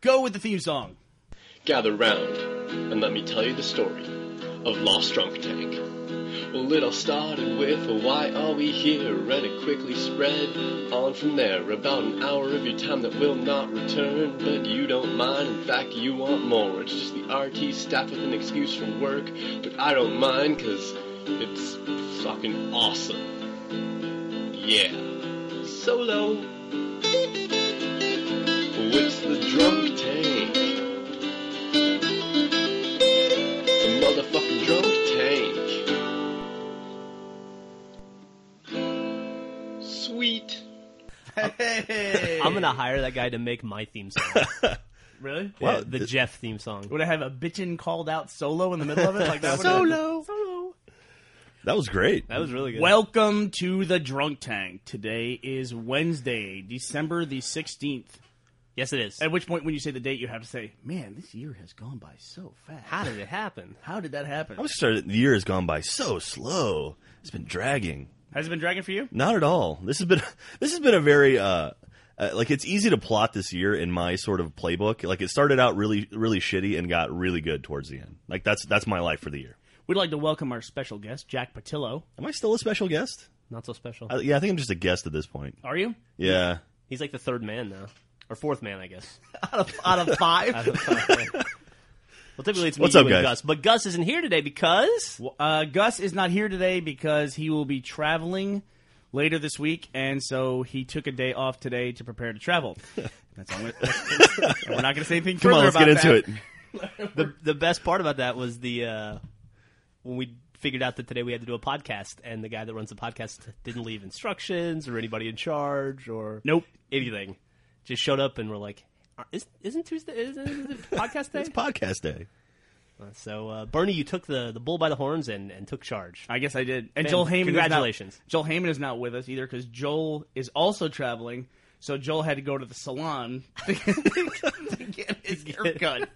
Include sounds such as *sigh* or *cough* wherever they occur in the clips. Go with the theme song. Gather round and let me tell you the story of Lost Drunk Tank. Well, it all started with a why are we here, and it quickly spread on from there. About an hour of your time that will not return, but you don't mind. In fact, you want more. It's just the RT staff with an excuse from work, but I don't mind, cause it's fucking awesome. Yeah. Solo. It's the drunk tank. The motherfucking drunk tank. Sweet. Hey. I'm gonna hire that guy to make my theme *laughs* song. really? Yeah, the Jeff theme song. Would I have a bitchin' called out solo in the middle of it? Like that? Solo. solo. That was great. That was really good. Welcome to the Drunk Tank. Today is Wednesday, December the sixteenth. yes, it is. At which point, when you say the date, you have to say, "Man, this year has gone by so fast. How did it happen? How did that happen? I was started. The year has gone by so slow. It's been dragging. Has it been dragging for you? Not at all. This has been. *laughs* This has been a very. Uh, uh, like it's easy to plot this year in my sort of playbook. Like it started out really, really shitty and got really good towards the end. Like that's that's my life for the year. We'd like to welcome our special guest, Jack Patillo. Am I still a special guest? Not so special. I, yeah, I think I'm just a guest at this point. Are you? Yeah, He's like the third man now, or fourth man, I guess. Out of, out of five? well, typically it's me What's you up, and guys? Gus, but Gus isn't here today because uh, Gus is not here today because he will be traveling later this week, and so he took a day off today to prepare to travel. *laughs* That's all. We're, and we're not going to say anything come on, further let's get about into that. it. the the best part about that was the uh, when we figured out that today we had to do a podcast, and the guy that runs the podcast didn't leave instructions or anybody in charge or Nope. anything. Just showed up and we're like, isn't, isn't Tuesday isn't, it *laughs* podcast day? It's podcast day. so uh, Bernie, you took the, the bull by the horns and, and took charge. I guess I did. And Man, Joel Heyman. Is congratulations. not, Joel Heyman is not with us either because Joel is also traveling. So Joel had to go to the salon *laughs* to get, to get his haircut.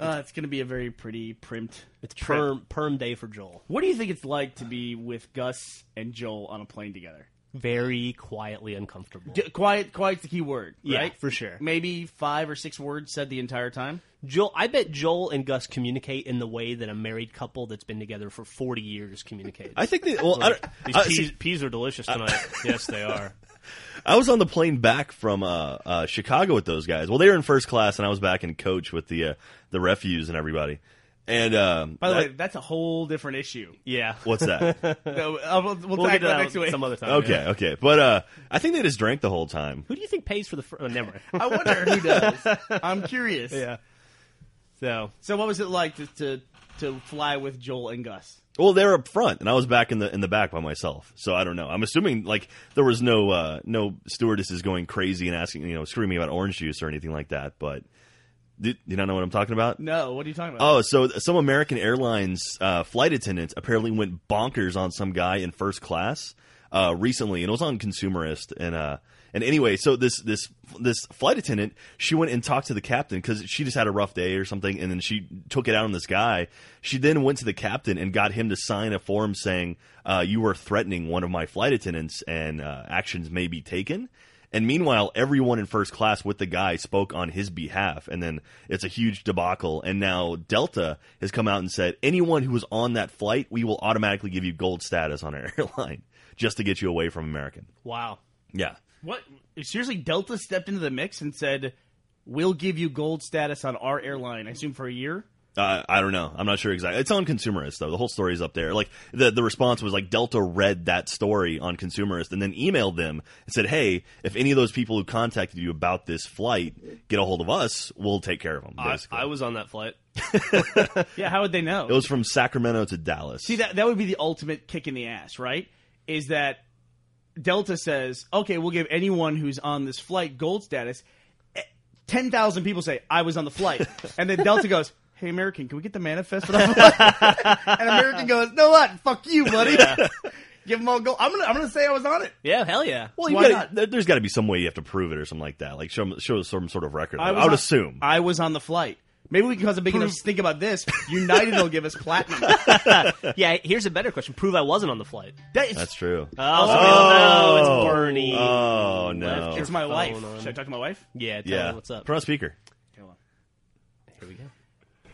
Uh, it's going to be a very pretty primped It's trip. perm perm day for Joel. What do you think it's like to be with Gus and Joel on a plane together? Very quietly uncomfortable. D- quiet, quiet's the key word, yeah, right? for sure. Maybe five or six words said the entire time. Joel, I bet Joel and Gus communicate in the way that a married couple that's been together for forty years communicates. I think that. Well, I, don't- These I- peas, peas are delicious tonight. *laughs* yes, they are. I was on the plane back from uh, uh, Chicago with those guys. Well, they were in first class, and I was back in coach with the uh, the refuse and everybody. And um, By the that- way, that's a whole different issue. Yeah. *laughs* what's that? *laughs* No, uh, we'll we'll, We'll tackle get to that that next week. some other time. okay, yeah. okay, but uh, I think they just drank the whole time. Who do you think pays for the? Fr- oh, never *laughs* *laughs* mind. I wonder who *laughs* does. I'm curious. So So, what was it like to, to to fly with Joel and Gus? Well, they were up front, and I was back in the in the back by myself. So I don't know. I'm assuming like there was no uh, no stewardesses going crazy and asking you know screaming about orange juice or anything like that. But do you not know what I'm talking about? No, what are you talking about? Oh, so th- some American Airlines uh, flight attendants apparently went bonkers on some guy in first class uh, recently, and it was on Consumerist. And uh, and anyway, so this this this flight attendant, she went and talked to the captain because she just had a rough day or something, and then she took it out on this guy. She then went to the captain and got him to sign a form saying uh, you were threatening one of my flight attendants, and uh, actions may be taken. And meanwhile, everyone in first class with the guy spoke on his behalf, and then it's a huge debacle. And now Delta has come out and said, anyone who was on that flight, we will automatically give you gold status on our *laughs* airline just to get you away from American. wow. Yeah, What? Seriously, Delta stepped into the mix and said, "We'll give you gold status on our airline. I assume for a year." uh, I don't know. I'm not sure exactly. It's on Consumerist though. The whole story is up there. Like the the response was like Delta read that story on Consumerist and then emailed them and said, hey, if any of those people who contacted you about this flight get a hold of us, we'll take care of them. Basically, was on that flight. Yeah, how would they know? it was from Sacramento to Dallas. See that that would be the ultimate kick in the ass, right? Is that Delta says, "Okay, we'll give anyone who's on this flight gold status." Eh, 10,000 people say, "I was on the flight." and then Delta goes, "Hey American, can we get the manifest for the flight?" and American goes, "No what? Fuck you, buddy." *laughs* Give them all gold. I'm going to I'm going to say I was on it. Yeah. Hell yeah. Well, you Why gotta, not? there- There's got to be some way you have to prove it or something like that. Like show show some sort of record. I, was would on- assume. I was on the flight. Maybe we can cause a big enough stink about this. United will give us platinum. yeah. Here's a better question. Prove I wasn't on the flight. That is, That's true. Oh, Oh, no, it's Bernie. oh no! it's my phone wife. on. Should I talk to my wife? yeah. Tell yeah. him what's up. Put on speaker. Here we go.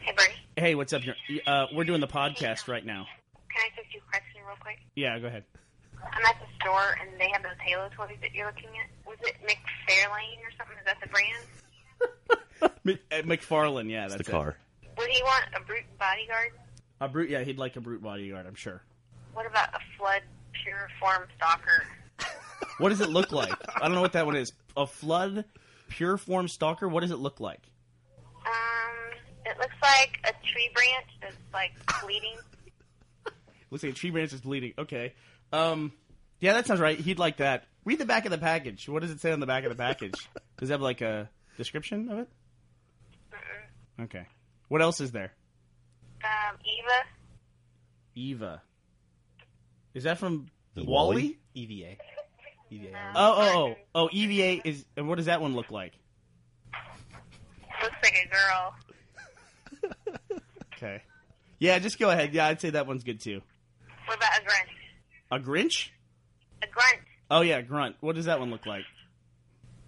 Hey, Bernie, Hey, what's up? You're- Uh, we're doing the podcast right now. can I ask you a question real quick? Yeah, go ahead. I'm at the store and they have those Halo toys that you're looking at. Was it McFarlane or something? Is that the brand? Mc- uh, McFarlane, yeah, that's the it. car. Would he want a brute bodyguard? A brute, yeah, he'd like a brute bodyguard, I'm sure. What about a flood pure form stalker? What does it look like? I don't know what that one is. A flood, pure form stalker. What does it look like? Um, it looks like a tree branch that's like bleeding. Looks like a tree branch is bleeding. Okay. Um, yeah, that sounds right. He'd like that. Read the back of the package. What does it say on the back of the package? Does it have like a description of it? Okay. What else is there? Um, Eva. Eva. Is that from The Wally? Wally? EVA. EVA. Oh, oh, oh, oh. EVA is. And what does that one look like? Looks like a girl. Okay. Yeah, just go ahead. Yeah, I'd say that one's good too. What about a grunt? A Grinch? A grunt. Oh yeah, grunt. What does that one look like?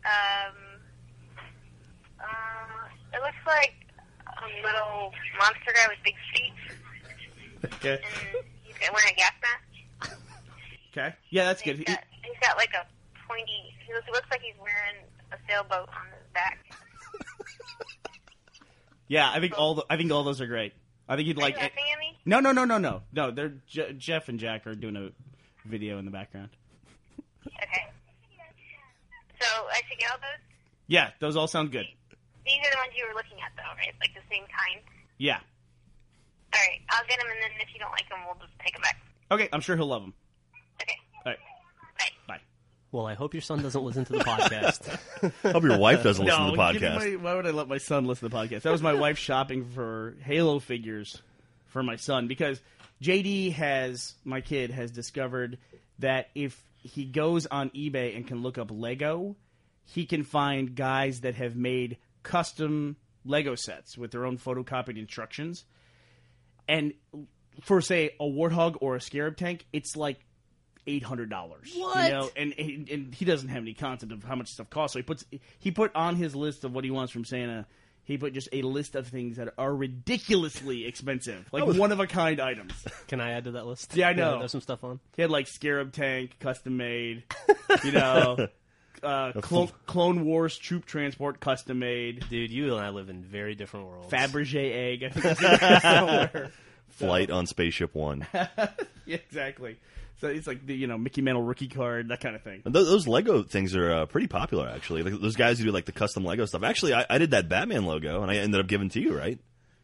Um, um, it looks like a little monster guy with big feet, Okay. and he's got- wearing a gas mask. Okay. Yeah, that's good. He's got, he's got like a pointy. He looks, it looks like he's wearing a sailboat on his back. Yeah, I think all the, I think all those are great. I think he'd Are you like. It. laughing at me? No, no, no, no, no, no. They're Je- Jeff and Jack are doing a video in the background. Okay. So I should get all those. Yeah, those all sound good. These are the ones you were looking at, though, right? Like the same kind. Yeah. All right, I'll get them, and then if you don't like them, we'll just take them back. Okay, I'm sure he'll love them. Okay. All right, Bye. bye. Well, I hope your son doesn't listen to the podcast. *laughs* Hope your *laughs* wife doesn't listen to the give me podcast. my- why would I let my son listen to the podcast? That was my wife shopping for Halo figures for my son because JD has my kid has discovered that if he goes on eBay and can look up Lego, he can find guys that have made custom Lego sets with their own photocopied instructions. And for say a warthog or a scarab tank, it's like eight hundred dollars. What? You know, and, and and he doesn't have any concept of how much stuff costs. So he puts he put on his list of what he wants from Santa. He put just a list of things that are ridiculously expensive, like one of a kind items. Can I add to that list? Yeah, I know. There's some stuff on. He had like scarab tank, custom made. You know, uh, Clo- Clone Wars troop transport, custom made. Dude, you and I live in very different worlds. Fabergé egg. I think it's in there somewhere. *laughs* Flight on Spaceship One. Yeah, exactly. So it's like the you know Mickey Mantle rookie card, that kind of thing. And tho- those Lego things are uh, pretty popular, actually. Like, those guys who do like the custom Lego stuff. Actually, I, I did that Batman logo, and I ended up giving to you, right?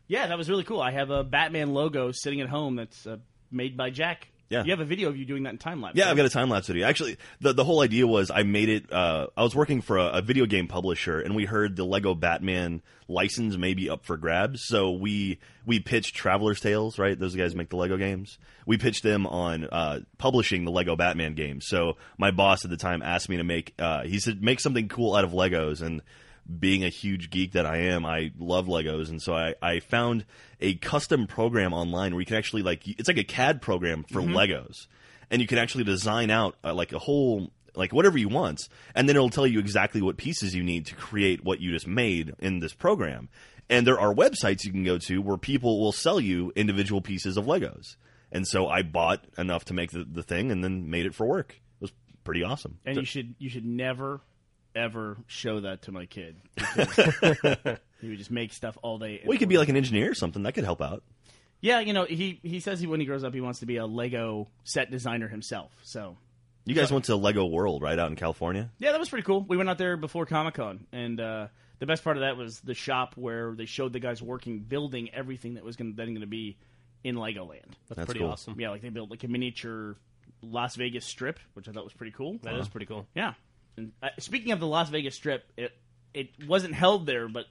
Yeah, that was really cool. I have a Batman logo sitting at home that's uh, made by Jack. Yeah. You have a video of you doing that in time lapse. Yeah, I've got a time lapse video. Actually, the the whole idea was I made it. Uh, I was working for a, a video game publisher, and we heard the Lego Batman license may be up for grabs. So we we pitched Traveler's Tales, right? Those guys make the Lego games. We pitched them on uh, publishing the Lego Batman game. So my boss at the time asked me to make. Uh, he said make something cool out of Legos, and being a huge geek that I am, I love Legos, and so I, I found a custom program online where you can actually like it's like a CAD program for Legos, and you can actually design out uh, like a whole like whatever you want, and then it'll tell you exactly what pieces you need to create what you just made in this program. And there are websites you can go to where people will sell you individual pieces of Legos. And so I bought enough to make the, the thing, and then made it for work. It was pretty awesome. And you should you should never ever show that to my *laughs* kid. because he would just make stuff all day. well, you could be like an engineer or something that could help out. yeah, you know he he says he when he grows up he wants to be a Lego set designer himself. So You guys went to Lego World, right, out in California? Yeah, that was pretty cool. We went out there before Comic Con, and uh, the best part of that was the shop where they showed the guys working building everything that was going then going to be in Legoland. That's, That's pretty cool. awesome. Yeah, like they built like a miniature Las Vegas Strip, which I thought was pretty cool. That is pretty cool. Yeah. And, uh, speaking of the Las Vegas Strip, it it wasn't held there, but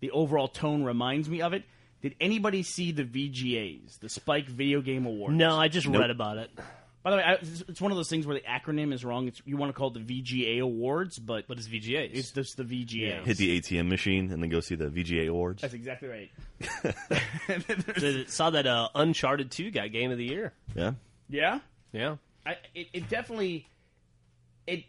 the overall tone reminds me of it. Did anybody see the VGAs, the Spike Video Game Awards? No, I just Nope. read about it. By the way, I, it's it's one of those things where the acronym is wrong. It's, you want to call it the VGA Awards, but But it's VGAs. it's just the VGA. Hit the ATM machine and then go see the VGA awards. That's exactly right. I saw that uh, Uncharted 2 got Game of the Year. Yeah, *laughs* Yeah, Yeah. I, it, it definitely it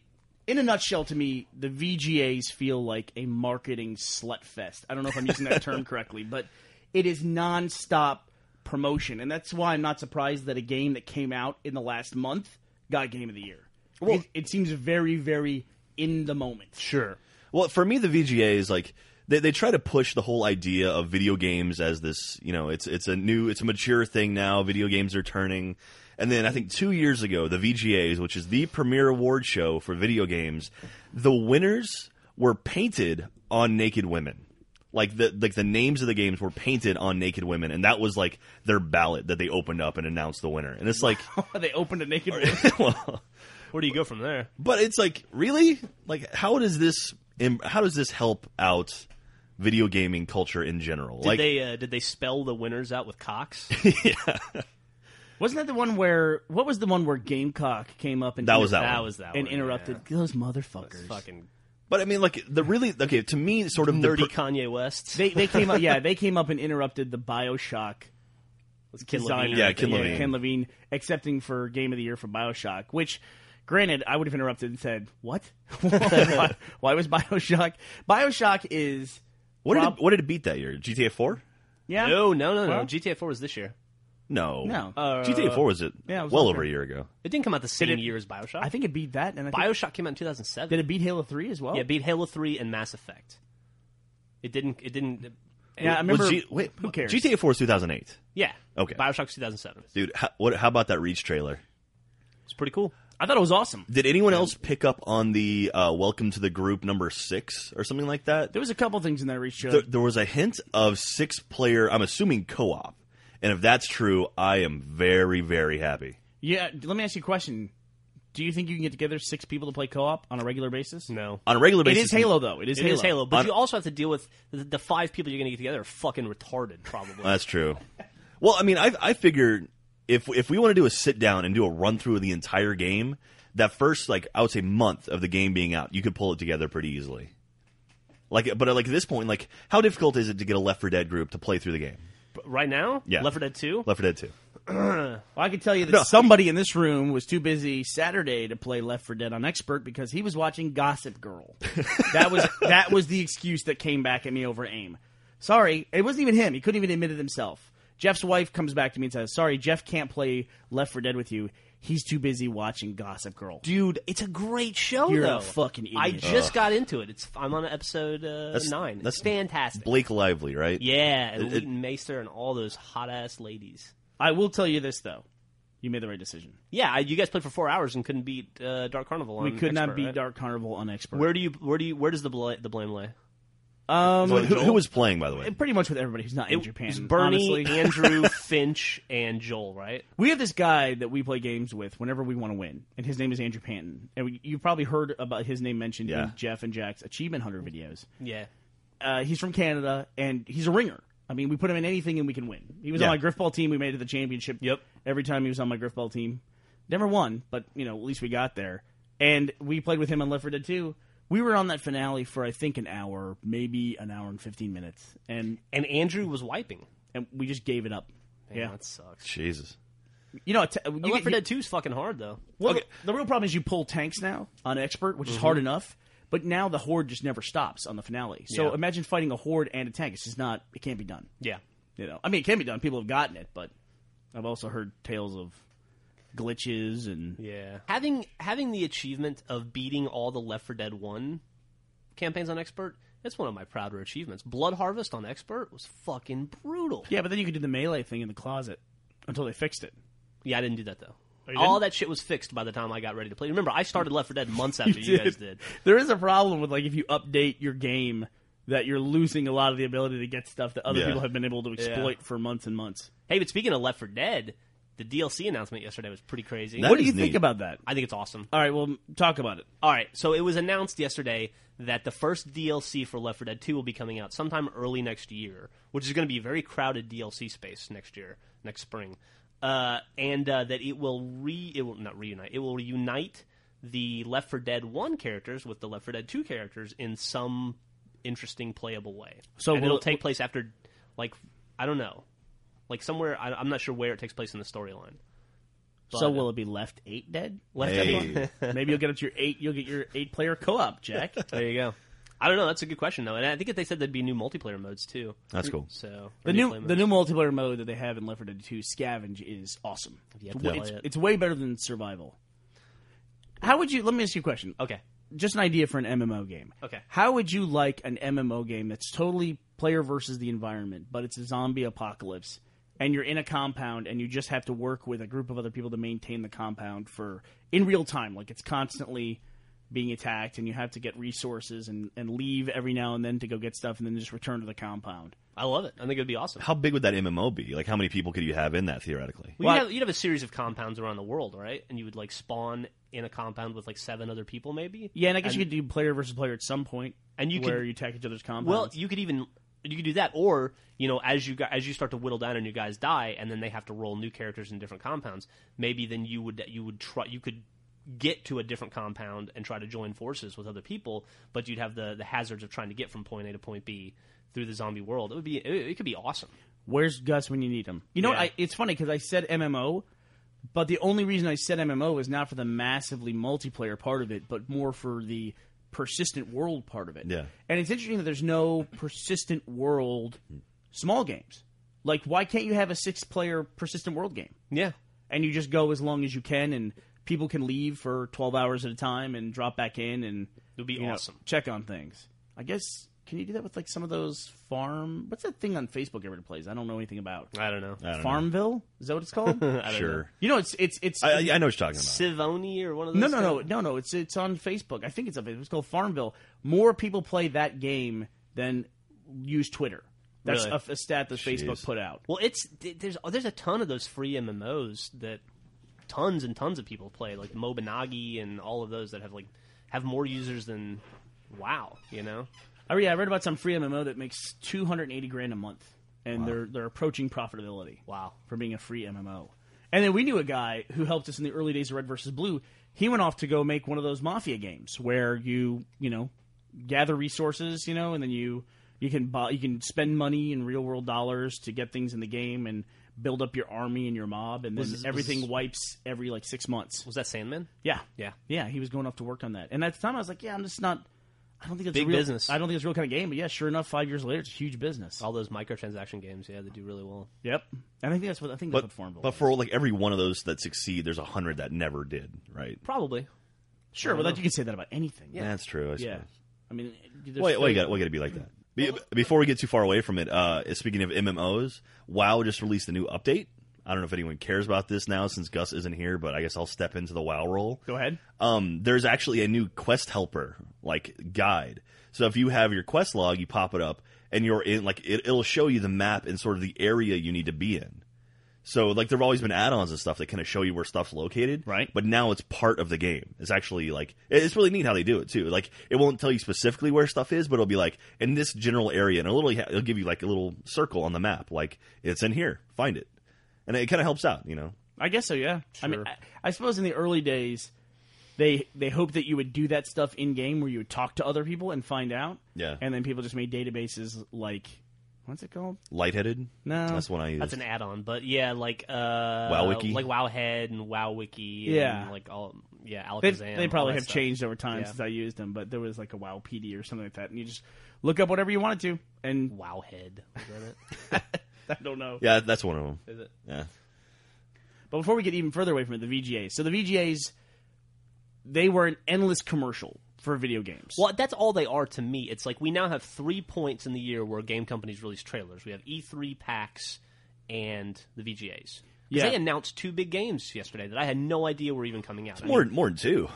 in a nutshell, to me, the VGAs feel like a marketing slut fest. I don't know if I'm using that term correctly, but it is nonstop promotion, and that's why I'm not surprised that a game that came out in the last month got Game of the Year. it, it seems very, very in the moment. Sure. Well, for me, the VGA is like they, they try to push the whole idea of video games as this, you know, it's it's a new, it's a mature thing now. Video games are turning, and then I think two years ago, the VGAs, which is the premier award show for video games, the winners were painted on naked women. Like the like the names of the games were painted on naked women, and that was like their ballot that they opened up and announced the winner. And it's like, *laughs* *laughs* they opened a naked. well, Where do you go from there? but it's like, really? Like, how does this im- how does this help out video gaming culture in general? Did like, they uh, did they spell the winners out with *laughs* Cox? Wasn't that the one where? What was the one where Gamecock came up and That was inter- that that one. was that and one, interrupted those motherfuckers? yeah. Fucking but I mean, like the really okay to me, sort of the nerdy per- Kanye West. They they came up. Yeah, they came up and interrupted the Bioshock Let's kill designer, Yeah, I think. Ken Levine. Ken Levine accepting for Game of the Year for Bioshock, which, granted, I would have interrupted and said, "What? *laughs* why, why was Bioshock? Bioshock is what did Rob- it, what did it beat that year? GTA Four? yeah, No, no, no, no. Well- GTA 4 was this year. No, No. Uh, GTA Four was it? yeah, it was well okay. over a year ago. It didn't come out the same year as Bioshock. I think it beat that, and I think, Bioshock came out in 2007. did it beat Halo Three Oh. as well? Yeah, it beat Halo 3 and Mass Effect. It didn't. It didn't. Yeah, I it- remember. Was G- wait, who cares? GTA Four is two thousand eight. yeah. Okay. Bioshock's 2007. Dude, how, what? How about that Reach trailer? It's pretty cool. I thought it was awesome. Did anyone else pick up on the uh, "Welcome to the Group" number six or something like that? There was a couple things in that reach show. there, there was a hint of six player. I'm assuming co-op, and if that's true, I am very very happy. yeah, let me ask you a question. Do you think you can get together six people to play co-op on a regular basis? No. On a regular It basis, is Halo though. It is It is Halo. Halo, but On- you also have to deal with the, the five people you're going to get together are fucking retarded, *laughs* probably. Oh, That's true. Well, I mean, I I figured if if we want to do a sit down and do a run through of the entire game, that first like I would say month of the game being out, you could pull it together pretty easily. Like, but like at this point, like how difficult is it to get a Left 4 Dead group to play through the game? But right now, Yeah. Left 4 Dead 2. Left 4 Dead 2. Well, I can tell you that No. somebody in this room was too busy Saturday to play Left for Dead on Expert because he was watching Gossip *laughs* Girl. that was that was the excuse that came back at me over AIM. Sorry, it wasn't even him. He couldn't even admit it himself. Jeff's wife comes back to me and says, "Sorry, Jeff can't play Left for Dead with you. He's too busy watching Gossip Girl." Dude, it's a great show. You're a though. fucking idiot. I just got into it. It's I'm on episode uh, That's- nine. that's That's fantastic. Blake Lively, right? yeah, and It- it- Leighton Maester and all those hot ass ladies. I will tell you this though, you made the right decision. Yeah, I- you guys played for four hours and couldn't beat uh, Dark Carnival. On We could not Expert, beat right? Dark Carnival on Expert. Where do you? Where do you? Where does the bl- the blame lay? um, Who, who was playing, by the way? pretty much with everybody who's not in It Japan. was Bernie, honestly. *laughs* Andrew, Finch, and Joel. Right? We have this guy that we play games with whenever we want to win, and his name is Andrew Panton. And we, you've probably heard about his name mentioned Yeah. in Jeff and Jack's Achievement Hunter videos. Yeah. Uh, he's from Canada, and he's a ringer. I mean, we put him in anything and we can win. He was Yeah. on my Griffball team. We made it to the championship. Yep. Every time he was on my Griffball team, never won, but you know at least we got there. And we played with him on Left 4 Dead 2. We were on that finale for I think an hour, maybe an hour and fifteen minutes, and And Andrew was wiping. and we just gave it up. Man, yeah, that sucks. Jesus. you know, t- you You Left get, 4 Dead 2 is fucking hard though. Well, the real problem is you pull tanks now on expert, which Mm-hmm. is hard enough. But now the horde just never stops on the finale. So Yeah. imagine fighting a horde and a tank. It's just not. It can't be done. Yeah. You know. I mean, it can be done. People have gotten it, but I've also heard tales of glitches and Yeah. Having having the achievement of beating all the Left 4 Dead 1 campaigns on expert, it's one of my prouder achievements. Blood Harvest on expert was fucking brutal. yeah. But then you could do the melee thing in the closet until they fixed it. Yeah, I didn't do that though. Oh, you all didn't? that shit was fixed by the time I got ready to play. Remember, I started Left 4 *laughs* Dead months *laughs* after you, guys did. There is a problem with like if you update your game that you're losing a lot of the ability to get stuff that other Yeah. people have been able to exploit for months and months. Hey, but speaking of Left 4 Dead, the DLC announcement yesterday was pretty crazy. That what do is you think neat. about that? I think it's awesome. All right, well, talk about it. All right, so it was announced yesterday that the first DLC for Left 4 Dead 2 will be coming out sometime early next year, which is going to be a very crowded DLC space next year, next spring, uh, and uh, that it will re it will not reunite it will reunite the Left 4 Dead 1 characters with the Left 4 Dead 2 characters in some interesting playable way. So and will- it'll take place after, like I don't know, like somewhere I, I'm not sure where it takes place in the storyline. so will it be left eight dead? Left Hey. *laughs* Maybe you'll get up to your eight. You'll get your eight player co op, Jack. *laughs* There you go. I don't know. That's a good question though, and I think if they said there'd be new multiplayer modes too. That's cool. So *laughs* The or new play the modes. new multiplayer mode that they have in Left 4 Dead 2 Scavenge is awesome. yet It's, to play it's, it. it's way better than Survival. How would you? Let me ask you a question. okay. Just an idea for an MMO game. Okay. How would you like an MMO game that's totally player versus the environment, but it's a zombie apocalypse, and you're in a compound and you just have to work with a group of other people to maintain the compound for in real time, like it's constantly being attacked and you have to get resources and, and leave every now and then to go get stuff and then just return to the compound. I love it. I think it'd be awesome. How big would that MMO be? Like, how many people could you have in that theoretically? Well, Well, you'd, I- have, you'd have a series of compounds around the world, right? And you would like spawn in a compound with like seven other people, maybe. Yeah, and I guess you could do player versus player at some point, And you where could- you attack each other's compounds. Well, you could even you could do that, or you know, as you gu- as you start to whittle down and you guys die, and then they have to roll new characters in different compounds. Maybe then you would you would try you could get to a different compound and try to join forces with other people, but you'd have the the hazards of trying to get from point A to point B through the zombie world. It would be it, it could be awesome. Where's Gus when you need him? You know, Yeah. what? I, it's funny because I said MMO, but the only reason I said MMO is not for the massively multiplayer part of it, but more for the persistent world part of it. Yeah. And it's interesting that there's no persistent world small games. Like, why can't you have a six player persistent world game? Yeah, And you just go as long as you can, and people can leave for 12 hours at a time and drop back in and it would be you know, awesome. check on things. I guess, can you do that with like some of those farm? What's that thing on Facebook everyone plays? I don't know anything about. I don't know. I don't Farmville? Is that what it's *laughs* called? know. Sure. you know, it's it's it's I, I know what you're talking about. Sivoni or one of those. no no no guys? no no. It's it's on Facebook. I think it's on Facebook. It's called Farmville. More people play that game than use Twitter. That's Really? a, a stat that Facebook Jeez. put out. Well, it's th- there's oh, there's a ton of those free MMOs that tons and tons of people play, like Mobinagi and all of those that have like have more users than WoW. You know, Oh yeah, I read about some free MMO that makes two hundred and eighty grand a month, and they're they're approaching profitability. wow. for being a free MMO. And then we knew a guy who helped us in the early days of Red versus Blue. He went off to go make one of those mafia games where you, you know, gather resources, you know, and then you you can buy, you can spend money in real world dollars to get things in the game and build up your army and your mob, and then Was- was- everything wipes every like six months. Was that Sandman? Yeah, Yeah. yeah. He was going off to work on that, and at the time I was like, yeah, I'm just not. I don't think it's Big a real, business. I don't think it's a real kind of game, but yeah, sure enough, five years later, it's a huge business. All those microtransaction games, yeah, they do really well. yep, and I think that's what I think that's But, what Farmville. but is. for like every one of those that succeed, there's a hundred that never did. Right? Probably. sure, well, that, you can say that about anything. That's true. I suppose. Yeah, I mean, there's Why, why thirty- you got why you got to be like that? Be, before we get too far away from it, uh, speaking of MMOs, WoW just released a new update. I don't know if anyone cares about this now since Gus isn't here, but I guess I'll step into the WoW role. Go ahead. Um, there's actually a new quest helper like guide. So if you have your quest log, you pop it up, and you're in like it, it'll show you the map and sort of the area you need to be in. So like there've always been add-ons and stuff that kind of show you where stuff's located, Right. But now it's part of the game. It's actually like it- it's really neat how they do it too. Like it won't tell you specifically where stuff is, but it'll be like in this general area, and it'll literally ha- it'll give you like a little circle on the map, like it's in here, find it, and it kind of helps out, you know. I guess so. Yeah. I mean, I, I suppose in the early days, they they hoped that you would do that stuff in game where you would talk to other people and find out. Yeah. And then people just made databases like, what's it called? Lightheaded, No. that's one I use. That's an add-on, but yeah, like uh, Wiki? like WoWhead and WoWWiki, Yeah. and like all yeah, Alakazam. They, they all probably that have stuff. changed over time Yeah. since I used them, but there was like a WoW PD or something like that, and you just look up whatever you wanted to, and *laughs* WoWhead, was that it? I don't know. yeah, that's one of them. Is it? Yeah. But before we get even further away from it, the VGAs. So the VGAs, they were an endless commercial for video games. Well, that's all they are to me. It's like we now have three points in the year where game companies release trailers. We have E3 packs and the VGAs. 'Cause Yeah. They announced two big games yesterday that I had no idea were even coming out. I More, mean, more than two.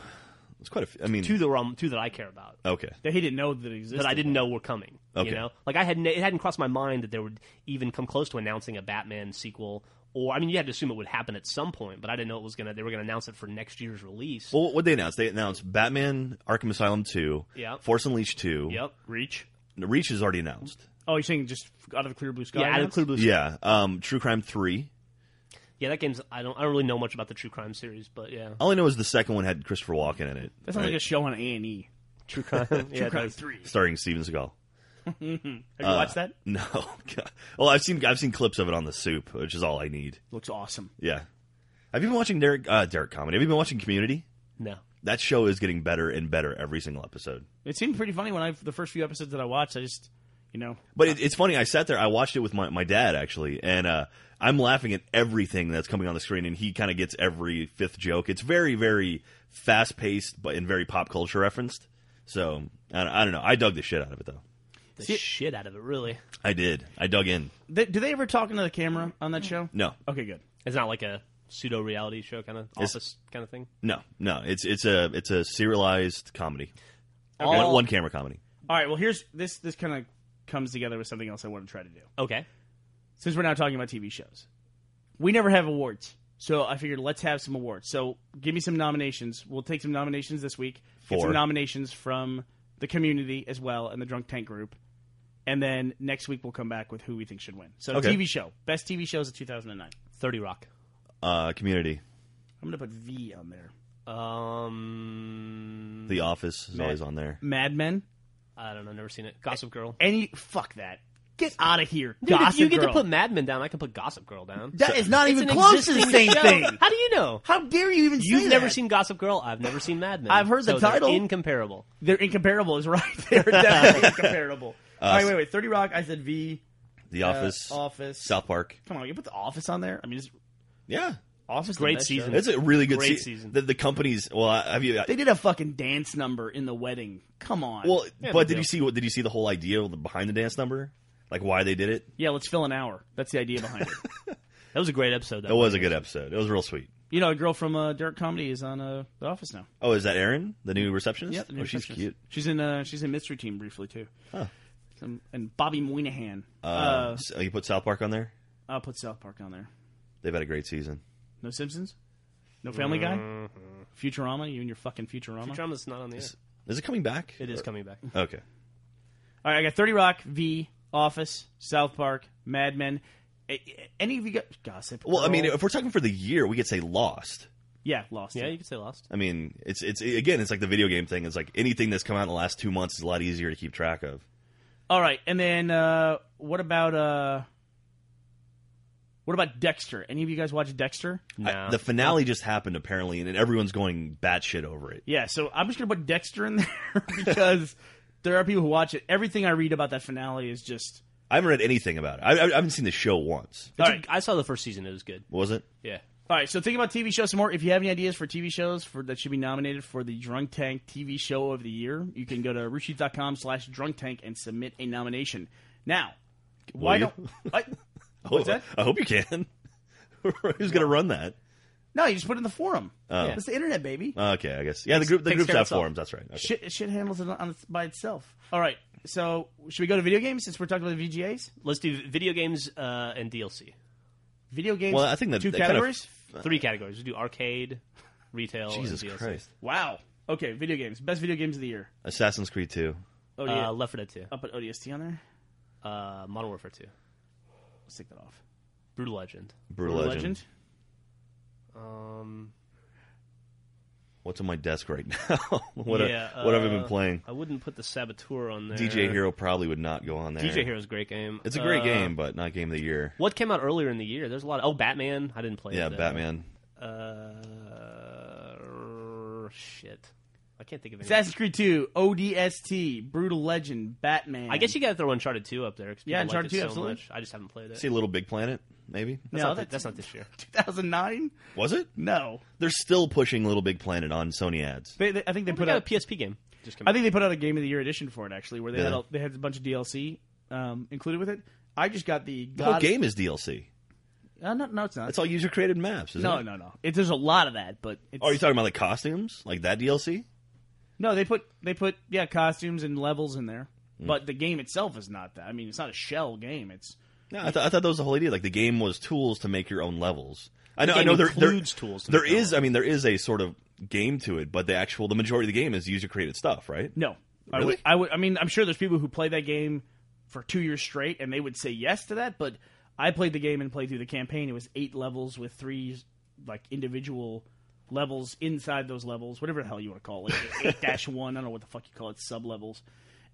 It's quite a. Few. I mean, two that were on, two that I care about Okay. That he didn't know that it existed. that I didn't know were coming. Okay. You know, like I had it hadn't crossed my mind that they would even come close to announcing a Batman sequel. Or I mean, you had to assume it would happen at some point, but I didn't know it was gonna. They were gonna announce it for next year's release. Well, what they announced? They announced Batman: Arkham Asylum two, Yep. Force Unleashed two. yep. Reach. Reach is already announced. Oh, you're saying just out of the clear blue sky? Yeah, out of the announced? clear blue. Yeah. Um, True Crime three. Yeah, that game's. I don't. I don't really know much about the true crime series, but yeah, All I know is the second one had Christopher Walken in it. That sounds right? like a show on A and E. *laughs* true crime. yeah, it Crime does. Three. Have starring Steven Seagal. *laughs* you Uh, watched that? No. God. well, I've seen I've seen clips of it on the Soup, which is all I need. Looks awesome. Yeah. Have you been watching Derek uh, Derek comedy? Have you been watching Community? No. That show is getting better and better every single episode. It seemed pretty funny when I the first few episodes that I watched. I just, you know, But it, it's funny. I sat there. I watched it with my, my dad actually, and uh, I'm laughing at everything that's coming on the screen, and he kind of gets every fifth joke. It's very very fast paced, but and very pop culture referenced. So I, don't- I don't know. I dug the shit out of it though. The See- shit out of it, really. I did. I dug in. they, do they ever talk into the camera on that show? No, Okay, good. It's not like a pseudo reality show kind of It's- office kind of thing. no, no. It's it's a it's a serialized comedy, Okay. one, one camera comedy. All right. Well, here's this. This kind of comes together with something else I want to try to do. Okay. Since we're now talking about TV shows, we never have awards, so I figured let's have some awards. So give me some nominations. We'll take some nominations this week. Get For? some nominations from the community as well and the Drunk Tank group, and then next week we'll come back with who we think should win. So Okay. TV show, best TV shows of 2009. 30 Rock. Uh, community. I'm gonna put V on there. Um, The Office is always on there. Mad Men. I don't know. Never seen it. Gossip Girl. Any fuck that. Get out of here. Dude, Gossip if you get Girl. to put Mad Men down, I can put Gossip Girl down. That is not It's even an close to the existing same show. thing. How do you know? How dare you even You've say never that? seen Gossip Girl. I've never seen Mad Men. I've heard the So they're title. Incomparable. They're incomparable is right. *laughs* They're *laughs* definitely incomparable. All right, wait, wait. 30 Rock, I said V. The uh, Office. Office. South Park. Come on, you put The Office on there? I mean, it's Yeah, Office. is the great best season. show. that's a really good Great se- season. The, the companies. Well, I- have you? They did a fucking dance number in the wedding. Come on. well, Yeah, but they did you do. see what? Did you see the whole idea of the- behind the dance number? Like why they did it? yeah, let's fill an hour. That's the idea behind *laughs* it. That was a great episode. That Though. was a good episode. It was real sweet. You know, a girl from uh, Derek Comedy is on uh, The Office now. Oh, is that Erin, the new receptionist? Yep, the new oh, she's receptionist. cute. She's in uh, she's in Mystery Team briefly too. Huh. Um, and Bobby Moynihan. Uh, Uh, so you put South Park on there. I'll put South Park on there. They've had a great season. No Simpsons? No Family Guy? Mm-hmm. Futurama? You and your fucking Futurama? Futurama's not on the air. Is it coming back? It is coming back. Okay. All right, I got 30 Rock, V, Office, South Park, Mad Men. A- a- Any of you got gossip? Well, I mean, Girl? if we're talking for the year, we could say Lost. yeah, Lost. Yeah, it. you could say Lost. I mean, it's it's again, it's like the video game thing. It's like anything that's come out in the last two months is a lot easier to keep track of. All right, and then uh, what about uh, what about Dexter? Any of you guys watch Dexter? No. I- the finale just happened apparently, and everyone's going batshit over it. Yeah, so I'm just gonna put Dexter in *laughs* there because there are people who watch it. Everything I read about that finale is just I haven't read anything about it. I, I, I haven't seen the show once. It's a- Alright. I saw the first season. It was good. What was it? Yeah. All right, so think about TV shows some more. If you have any ideas for TV shows for that should be nominated for the Drunk Tank TV Show of the Year, you can go to rootsheet.com slash drunk tank and submit a nomination. Now, why you? don't. I, What's that? I hope you can. *laughs* Who's going to run that? no, you just put it in the forum. Oh. It's the internet, baby. Okay, I guess. Yeah, the group the takes groups care of have itself. forums. That's right. Okay. Shit, shit handles it on its, by itself. All right, so should we go to video games since we're talking about the VGAs? Let's do video games uh, and DLC. Video games, Well, I think that- two that kind of- categories? Three categories. We do arcade, retail, Jesus Oh, and DLC. Christ! Wow. Okay, video games. Best video games of the year. Assassin's Creed Two. Oh, yeah. Uh, Left 4 Dead I'll put ODST on there. 2, uh, Modern Warfare 2, Let's take that off. Brutal Legend. Brutal Legend. Legend. Um, What's on my desk right *laughs* now? what yeah, a, what have I uh, been playing? I wouldn't put the Saboteur on there. DJ Hero probably would not go on there. DJ Hero's a great game. It's a great Uh, game, but not game of the year. What came out earlier in the year? There's a lot. Of, oh, Batman. I didn't play. Yeah, it, though. Batman. Uh, shit. I can't think of anything. Assassin's Creed 2, ODST, Brutal Legend, Batman. I guess you got to throw Uncharted 2 up there. 'cause people Yeah, liked Uncharted it 2, so absolutely. Much. I just haven't played it. See Little Big Planet, maybe? that's, No, not thi- that's- that's not this year. 2009? Was it? No. They're still pushing Little Big Planet on Sony ads. They, they, I think they We put got a out. PSP game. Just came I think they put out a Game of the Year edition for it actually, where they had Yeah. a, they had a bunch of DLC um, included with it. I just got the Oh, The whole God. game is DLC. Uh, no, no, it's not. It's all user created maps, isn't no, it? no, no. It, there's a lot of that, but it's, Oh, are you talking about like costumes? Like that DLC? no. They put they put yeah costumes and levels in there, Mm. but the game itself is not that. I mean, it's not a shell game. It's No, I, th- I thought that was the whole idea. Like the game was tools to make your own levels. I know, The I know. game There, there- includes tools to there make your is. own. I mean, there is a sort of game to it, but the actual, the majority of the game is user created stuff, right? no. I Really? would, I would. I mean, I'm sure there's people who play that game for two years straight, and they would say yes to that. But I played the game and played through the campaign. It was eight levels with three like individual levels inside those levels, whatever the hell you want to *laughs* call it. Eight dash one. I don't know what the fuck you call it. Sub levels.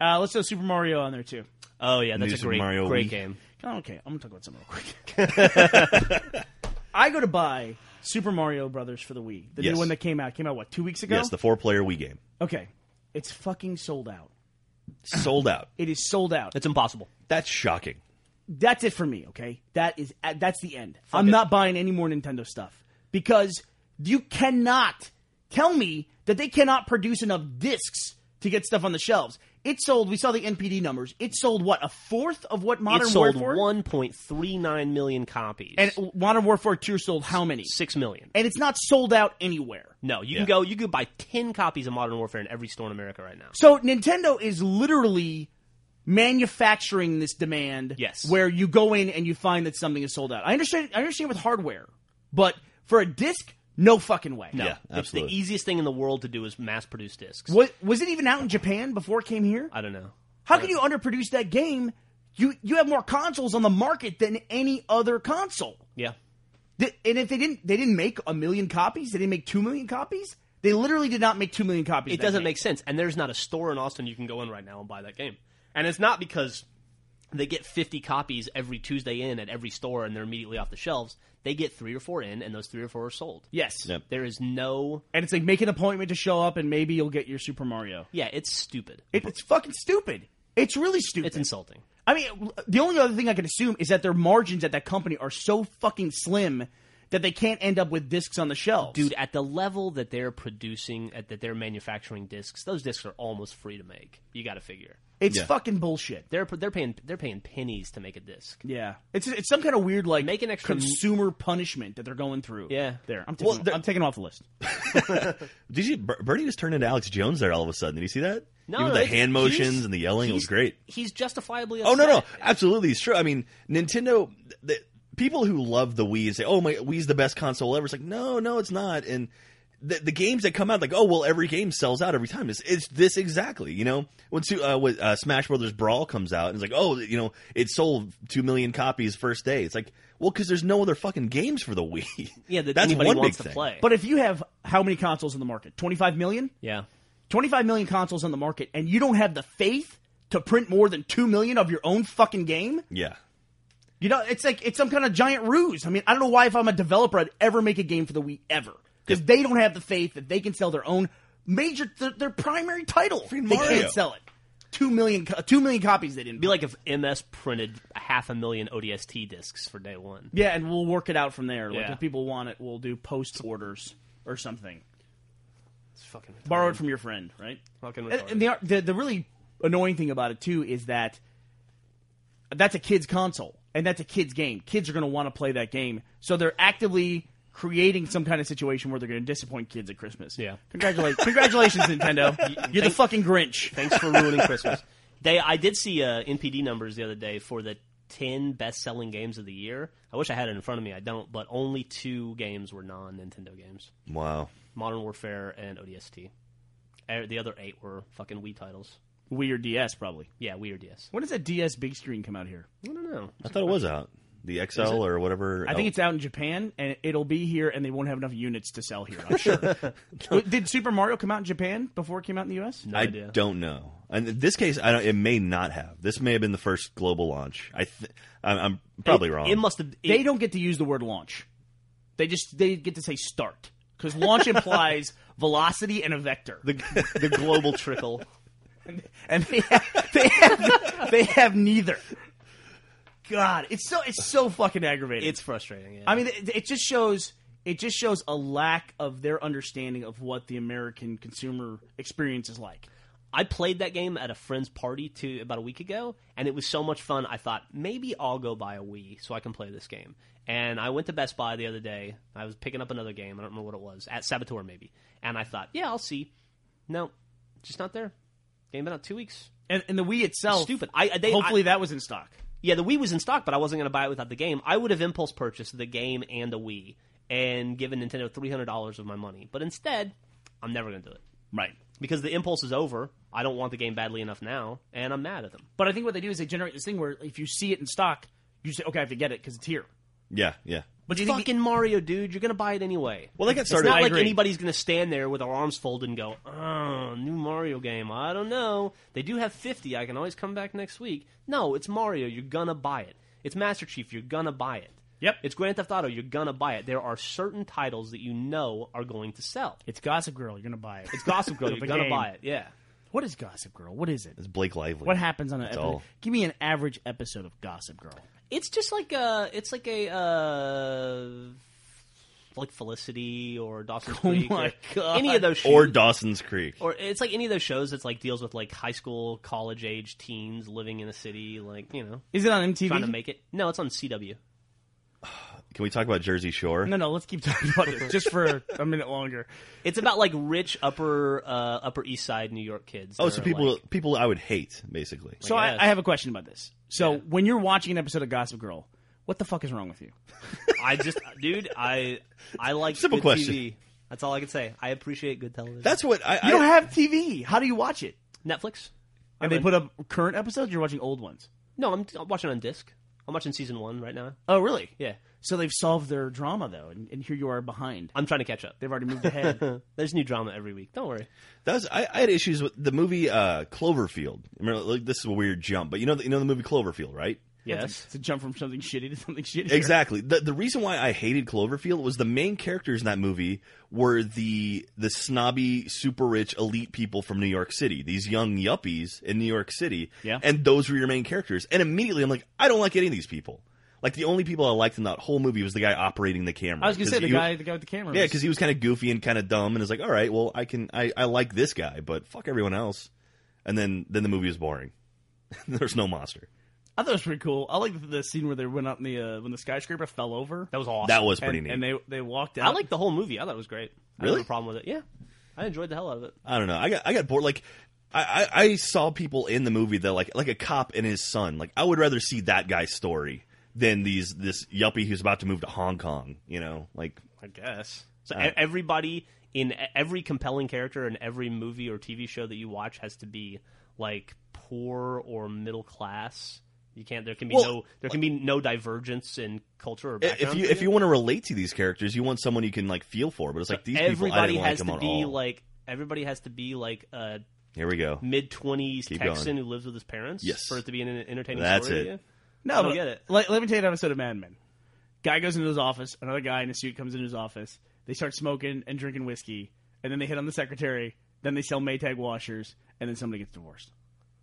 Uh, let's throw Super Mario on there too. Oh yeah, that's New a Super great, Mario great Wii. game. *laughs* Okay, I'm gonna talk about something real quick. I go to buy Super Mario Brothers for the Wii, the Yes. new one that came out came out what two weeks ago? Yes, the four player Wii game. okay, it's fucking sold out. Sold out. It is sold out. It's impossible. That's shocking. that's it for me. Okay, that is uh, that's the end. I'm not buying any more Nintendo stuff because you cannot tell me that they cannot produce enough discs to get stuff on the shelves. It sold. We saw the NPD numbers. It sold what a fourth of what Modern it sold Warfare 1.39 million copies. and Modern Warfare Two sold how many? six million. And it's not sold out anywhere. No, you Yeah. can go. You could buy ten copies of Modern Warfare in every store in America right now. So Nintendo is literally manufacturing this demand. Yes. Where you go in and you find that something is sold out. I understand. I understand with hardware, but for a disc, no fucking way. No, Yeah, it's the absolutely. easiest thing in the world to do is mass produce discs. Was, was it even out in Japan before it came here? I don't know. How can you underproduce that game? You you have more consoles on the market than any other console. Yeah, Th- And if they didn't they didn't make a million copies, they didn't make two million copies. They literally did not make two million copies. it of that doesn't game. make sense. And there's not a store in Austin you can go in right now and buy that game. And it's not because they get 50 copies every Tuesday in at every store and they're immediately off the shelves. They get three or four in, and those three or four are sold. Yes, Yep. There is no. and it's like make an appointment to show up, and maybe you'll get your Super Mario. Yeah, it's stupid. It, it's fucking stupid. It's really stupid. It's insulting. I mean, the only other thing I can assume is that their margins at that company are so fucking slim that they can't end up with discs on the shelves. Dude, at the level that they're producing, at that they're manufacturing discs, those discs are almost free to make. You got to figure it's Yeah. fucking bullshit. they're they're paying they're paying pennies to make a disc. Yeah, it's it's some kind of weird like Make an extra- consumer punishment that they're going through. Yeah. there. I'm taking, Well, the- I'm taking off the list. Did you? Ber- Bernie just turned into Alex Jones there all of a sudden. Did you see that? No, Even no, the it's- hand he's- motions and the yelling it was he's- great. He's justifiably. Oh no, no, upset. absolutely, it's true. I mean, Nintendo. The, people who love the Wii say, "Oh, my Wii's the best console ever." It's like, no, no, it's not. And the, the games that come out, like, oh, well, every game sells out every time. It's, it's this exactly, you know. When Su- uh, with, uh, Smash Brothers Brawl comes out, and it's like, oh, you know, it sold two million copies first day. It's like, well, because there's no other fucking games for the Wii. *laughs* Yeah, that That's anybody one wants big to thing. play. But if you have how many consoles in the market? 25 million? yeah, 25 million consoles on the market, and you don't have the faith to print more than two million of your own fucking game? Yeah, You know, it's like it's some kind of giant ruse. I mean, I don't know why if I'm a developer I'd ever make a game for the Wii ever because they don't have the faith that they can sell their own major their, their primary title. They Mario. can't sell it. Two million, co- two million copies they didn't. be like if MS printed a half a million ODST discs for day one. Yeah, and we'll work it out from there. Like Yeah. if people want it, we'll do post orders or something. It's fucking retarded. Borrow it from your friend, right? Fucking And, retarded. and the, the the really annoying thing about it too is that that's a kid's console and that's a kid's game. Kids are going to want to play that game, so they're actively creating some kind of situation where they're going to disappoint kids at Christmas. Yeah. Congratulations, congratulations, Nintendo. You're the fucking Grinch. Thanks for ruining *laughs* Christmas. They, I did see uh, NPD numbers the other day for the ten best-selling games of the year. I wish I had it in front of me. I don't, but only two games were non-Nintendo games: wow. Modern Warfare and ODST. Eh, The other eight were fucking Wii titles. Wii or DS probably. Yeah, Wii or DS. When does that DS big screen come out here? I don't know. I thought it was out. The XL or whatever. I think it's out in Japan, and it'll be here, and they won't have enough units to sell here. I'm sure. W- Did Super Mario come out in Japan before it came out in the U.S.? No I idea. don't know. And in this case, I don't, it may not have. This may have been the first global launch. I th- I'm, I'm probably It- wrong. It must have. They it- don't get to use the word launch. They just they get to say start because launch *laughs* implies velocity and a vector, the, the global *laughs* trickle. and *laughs* they have, they have they have neither. God, it's so it's so fucking aggravating. It's frustrating. Yeah. I mean, it, it just shows it just shows a lack of their understanding of what the American consumer experience is like. I played that game at a friend's party to about a week ago, and it was so much fun. I thought maybe I'll go buy a Wii so I can play this game. And I went to Best Buy the other day. I was picking up another game. I don't remember what it was at Saboteur maybe. And I thought, yeah, I'll see. No, just not there. Game been out two weeks. And, and the Wii itself, Stupid. I they, hopefully I- that was in stock. yeah, the Wii was in stock, but I wasn't going to buy it without the game. I would have impulse purchased the game and the Wii and given Nintendo three hundred dollars of my money. But instead, I'm never going to do it Right. because the impulse is over. I don't want the game badly enough now, and I'm mad at them. But I think what they do is they generate this thing where if you see it in stock, you say, "Okay, I have to get it because it's here." yeah, yeah. But do you think fucking Mario, dude. You're gonna buy it anyway. Well, they got it's started. not I like agree. anybody's gonna stand there with their arms folded and go, "Oh, new Mario game. I don't know." They do have 50. I can always come back next week. No, it's Mario. You're gonna buy it. It's Master Chief. You're gonna buy it. Yep. It's Grand Theft Auto. You're gonna buy it. There are certain titles that you know are going to sell. It's Gossip Girl. You're gonna buy it. It's Gossip *laughs* Girl. The You're gonna game. buy it. Yeah. What is Gossip Girl? What is it? It's Blake Lively. What happens on an That's episode? all. Give me an average episode of Gossip Girl. It's just like a. It's like a. Uh, like Felicity or Dawson's Oh Creek. my or God. Any of those. Or shows. Dawson's Creek. or it's like any of those shows that's like deals with like high school, college age teens living in a city, like you know, Is it on MTV? trying to make it. No, it's on CW. Can we talk about Jersey Shore? no, no. Let's keep talking about it just for a minute longer. It's about like rich upper uh, upper east side New York kids. oh, that so are, people like- people I would hate basically. So I, guess. I have a question about this. So when you're watching an episode of Gossip Girl, what the fuck is wrong with you? I just, dude, I *laughs* I like Simple good question. TV. That's all I can say. I appreciate good television. That's what I. You I- don't have TV. How do you watch it? Netflix. And they put up current episodes. You're watching old ones. No, I'm, I'm watching on disc. I'm watching season one right now. Oh, really? Yeah, So they've solved their drama though, and, and here you are behind. I'm trying to catch up. They've already moved ahead. There's new drama every week. Don't worry. That was, I, I had issues with the movie uh, Cloverfield. I mean, like, this is a weird jump, but you know, the, you know the movie Cloverfield, right? *laughs* Yes. to jump from something shitty to something shitty. Exactly. The, the reason why I hated Cloverfield was the main characters in that movie were the the snobby, super rich, elite people from New York City. These young yuppies in New York City, Yeah. and those were your main characters. And immediately, I'm like, I don't like any of these people. Like the only people I liked in that whole movie was the guy operating the camera. I was gonna 'Cause say the he- guy, the guy with the camera. Yeah, was- because he was kind of goofy and kind of dumb, and is like, all right, well, I can, I, I like this guy, but fuck everyone else. And then, then the movie was boring. *laughs* There's no monster. I thought it was pretty cool. I like the, the scene where they went up in the uh, when the skyscraper fell over. That was awesome. That was pretty and, neat. and they they walked out. I liked the whole movie. I thought it was great. I didn't Really? have a problem with it. Yeah, I enjoyed the hell out of it. I don't know. I got, I got bored. Like, I, I, I saw people in the movie that like, like a cop and his son. Like, I would rather see that guy's story than these this yuppie who's about to move to Hong Kong. You know, like I guess. So Uh, e- everybody in e- every compelling character in every movie or TV show that you watch has to be like poor or middle class. You can't. There can be Well, no. There can be no divergence in culture or i- if background. you if you want to relate to these characters, you want someone you can like feel for. But it's like these people, I everybody didn't like has them to at be all. like. Everybody has to be like a Here we go. mid twenties Keep Texan going. who lives with his parents. Yes. for it to be an entertaining That's story. it. yeah? no, I don't but get it. Let, let me tell you an episode of Mad Men. Guy goes into his office. Another guy in a suit comes into his office. They start smoking and drinking whiskey, and then they hit on the secretary. Then they sell Maytag washers, and then somebody gets divorced.